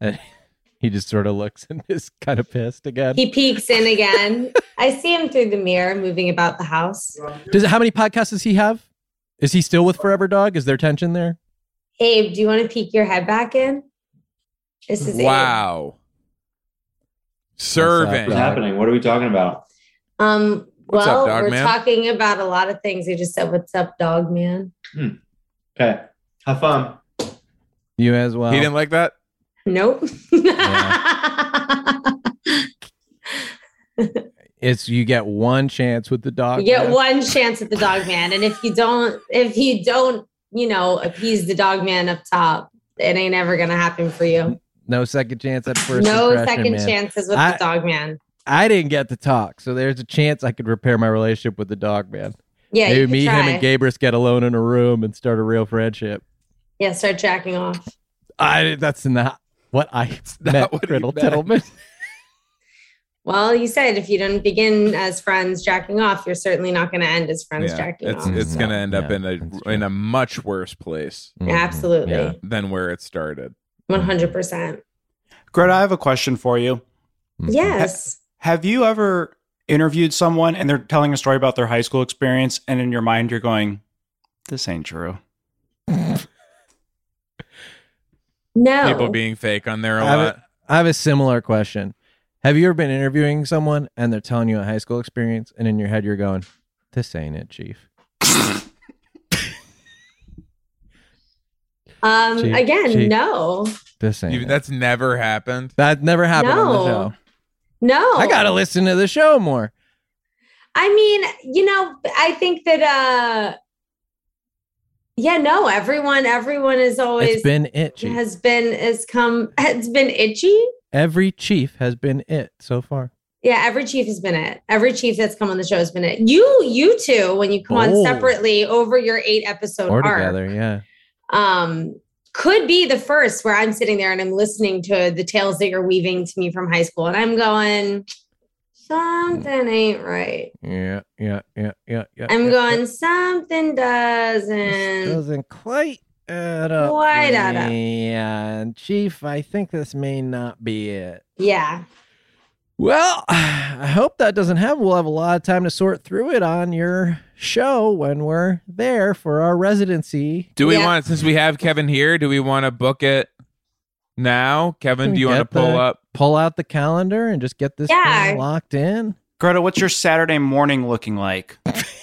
Speaker 2: And he just sort of looks and is kind of pissed again.
Speaker 3: He peeks in again. I see him through the mirror moving about the house.
Speaker 2: Does how many podcasts does he have? Is he still with Forever Dog? Is there tension there?
Speaker 3: Abe, do you want to peek your head back in? This is Abe.
Speaker 1: Wow. Serving.
Speaker 2: What's
Speaker 5: What's
Speaker 2: Dog.
Speaker 5: happening? What are we talking about?
Speaker 3: Um,
Speaker 1: What's
Speaker 3: well,
Speaker 1: up, dog
Speaker 3: we're
Speaker 1: man?
Speaker 3: talking about a lot of things. He just said, "What's up, dog man?"
Speaker 5: Okay. Have fun.
Speaker 2: You as well.
Speaker 1: He didn't like that.
Speaker 3: Nope.
Speaker 2: it's you get one chance with the dog.
Speaker 3: you get
Speaker 2: man.
Speaker 3: one chance at the dog man, and if you don't, if you don't, you know, appease the dog man up top, it ain't ever gonna happen for you.
Speaker 2: No second chance at first.
Speaker 3: No
Speaker 2: impression,
Speaker 3: second
Speaker 2: man.
Speaker 3: chances with
Speaker 2: I-
Speaker 3: the dog man.
Speaker 2: I didn't get to talk, so there's a chance I could repair my relationship with the dog man.
Speaker 3: Yeah,
Speaker 2: Maybe
Speaker 3: you could
Speaker 2: me, him, and
Speaker 3: try.
Speaker 2: Gabrus get alone in a room and start a real friendship.
Speaker 3: Yeah, start jacking off.
Speaker 2: I that's not what I
Speaker 1: not
Speaker 2: meant,
Speaker 1: what he
Speaker 2: Griddle
Speaker 1: meant. Mm-hmm.
Speaker 2: Tittleman.
Speaker 3: Well, you said if you don't begin as friends jacking off, you're certainly not going to end as friends
Speaker 1: Yeah.
Speaker 3: jacking
Speaker 1: It's
Speaker 3: off.
Speaker 2: off.
Speaker 1: it's gonna end up
Speaker 2: Mm-hmm. Yeah,
Speaker 1: in
Speaker 2: that's
Speaker 1: a
Speaker 2: true.
Speaker 1: in a much worse place
Speaker 3: Absolutely,
Speaker 2: Yeah.
Speaker 1: than where it started.
Speaker 3: one hundred percent.
Speaker 4: Greta, I have a question for you.
Speaker 1: Mm-hmm.
Speaker 2: Mm-hmm.
Speaker 3: Yes.
Speaker 4: Have you ever interviewed someone and they're telling a story about their high school experience, and in your mind you're going, "This ain't true."
Speaker 3: No.
Speaker 1: People being fake on there a
Speaker 2: I have,
Speaker 1: lot.
Speaker 2: a, I have a similar question. Have you ever been interviewing someone and they're telling you a high school experience, and in your head you're going, "This ain't it, Chief."
Speaker 3: um
Speaker 2: Cheat,
Speaker 3: again,
Speaker 2: cheat.
Speaker 3: no.
Speaker 2: This ain't.
Speaker 1: You-
Speaker 2: it."
Speaker 1: that's never happened.
Speaker 2: that never happened on the
Speaker 3: No. Oh.
Speaker 2: show.
Speaker 3: No.
Speaker 2: I gotta listen to the show more.
Speaker 3: I mean, you know, I think that uh yeah, no, everyone everyone Oh, is always
Speaker 2: It's been it, Chief.
Speaker 3: has been has come has been itchy.
Speaker 2: Every chief has been it so far.
Speaker 3: Yeah, every chief has been it. Every chief that's come on the show has been it. You you two when you come
Speaker 2: Oh.
Speaker 3: on separately over your eight episode
Speaker 2: Or
Speaker 3: arc.
Speaker 2: together, yeah.
Speaker 3: um, could be the first where I'm sitting there and I'm listening to the tales that you're weaving to me from high school, and I'm going, something ain't right.
Speaker 2: Yeah, yeah, yeah, yeah, yeah.
Speaker 3: I'm
Speaker 2: yeah,
Speaker 3: going, something
Speaker 2: yeah. This
Speaker 3: doesn't.
Speaker 2: doesn't quite add up.
Speaker 3: Quite
Speaker 2: for
Speaker 3: add up.
Speaker 2: me. Yeah, chief, I think this may not be it.
Speaker 3: Yeah.
Speaker 2: Well, I hope that doesn't happen. We'll have a lot of time to sort through it on your show when we're there for our residency.
Speaker 1: Do we
Speaker 3: Yeah.
Speaker 1: want since we have Kevin here? Do we want to book it now? Kevin,
Speaker 2: Can
Speaker 1: do you want to
Speaker 2: get the-
Speaker 1: pull up?
Speaker 2: Pull out the calendar and just get this
Speaker 3: Yeah.
Speaker 2: thing locked in.
Speaker 4: Greta, what's your Saturday morning looking like?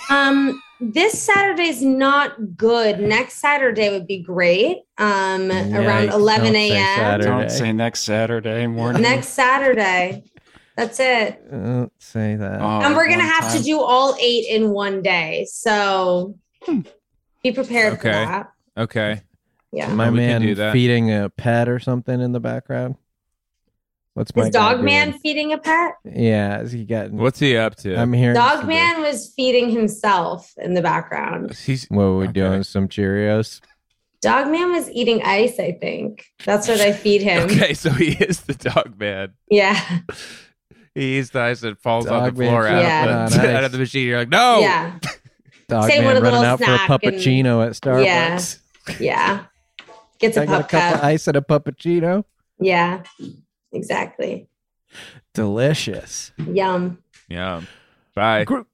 Speaker 3: Um, this Saturday's not good. Next Saturday would be great. Um,
Speaker 2: Yikes,
Speaker 3: around
Speaker 2: don't
Speaker 3: 11
Speaker 2: say
Speaker 3: a.m.
Speaker 2: Saturday.
Speaker 4: Don't say next Saturday morning.
Speaker 3: Next Saturday. That's it.
Speaker 2: Don't say that.
Speaker 4: Oh,
Speaker 3: and we're gonna
Speaker 4: one
Speaker 3: have
Speaker 4: time.
Speaker 3: to do all eight in one day. So
Speaker 2: Hmm.
Speaker 3: be prepared for
Speaker 1: Okay.
Speaker 3: that.
Speaker 2: Oh
Speaker 1: Okay.
Speaker 3: Yeah.
Speaker 2: my
Speaker 1: we can
Speaker 2: man
Speaker 1: do that.
Speaker 2: feeding a pet or something in the background. What's my
Speaker 3: Is
Speaker 2: guy
Speaker 3: dog man feeding a pet?
Speaker 2: doing? Yeah, is he getting?
Speaker 1: What's he up to?
Speaker 2: I'm hearing
Speaker 3: Dog
Speaker 2: some-
Speaker 3: man was feeding himself in the background.
Speaker 1: He's
Speaker 2: What were we
Speaker 1: Okay.
Speaker 2: doing? Some Cheerios.
Speaker 3: Dog man was eating ice, I think. That's what I feed him.
Speaker 1: okay. So he is the dog man.
Speaker 3: Yeah.
Speaker 1: He eats the ice and falls on
Speaker 2: Dog
Speaker 1: the
Speaker 2: man
Speaker 1: floor out,
Speaker 2: Yeah.
Speaker 1: of the,
Speaker 2: on ice.
Speaker 1: out of the machine. You're like,
Speaker 2: Oh.
Speaker 1: no.
Speaker 3: Yeah.
Speaker 2: Dog
Speaker 3: Say what
Speaker 2: man
Speaker 3: a little
Speaker 2: running out for a
Speaker 3: snack and-
Speaker 2: puppuccino at
Speaker 3: Yeah.
Speaker 2: Starbucks.
Speaker 3: Yeah. Gets a
Speaker 2: I got a
Speaker 3: pup
Speaker 2: cup of
Speaker 3: cup.
Speaker 2: ice and a puppuccino.
Speaker 3: Yeah. Exactly.
Speaker 2: Delicious.
Speaker 3: Yum.
Speaker 1: Yeah. Bye.
Speaker 2: Gr-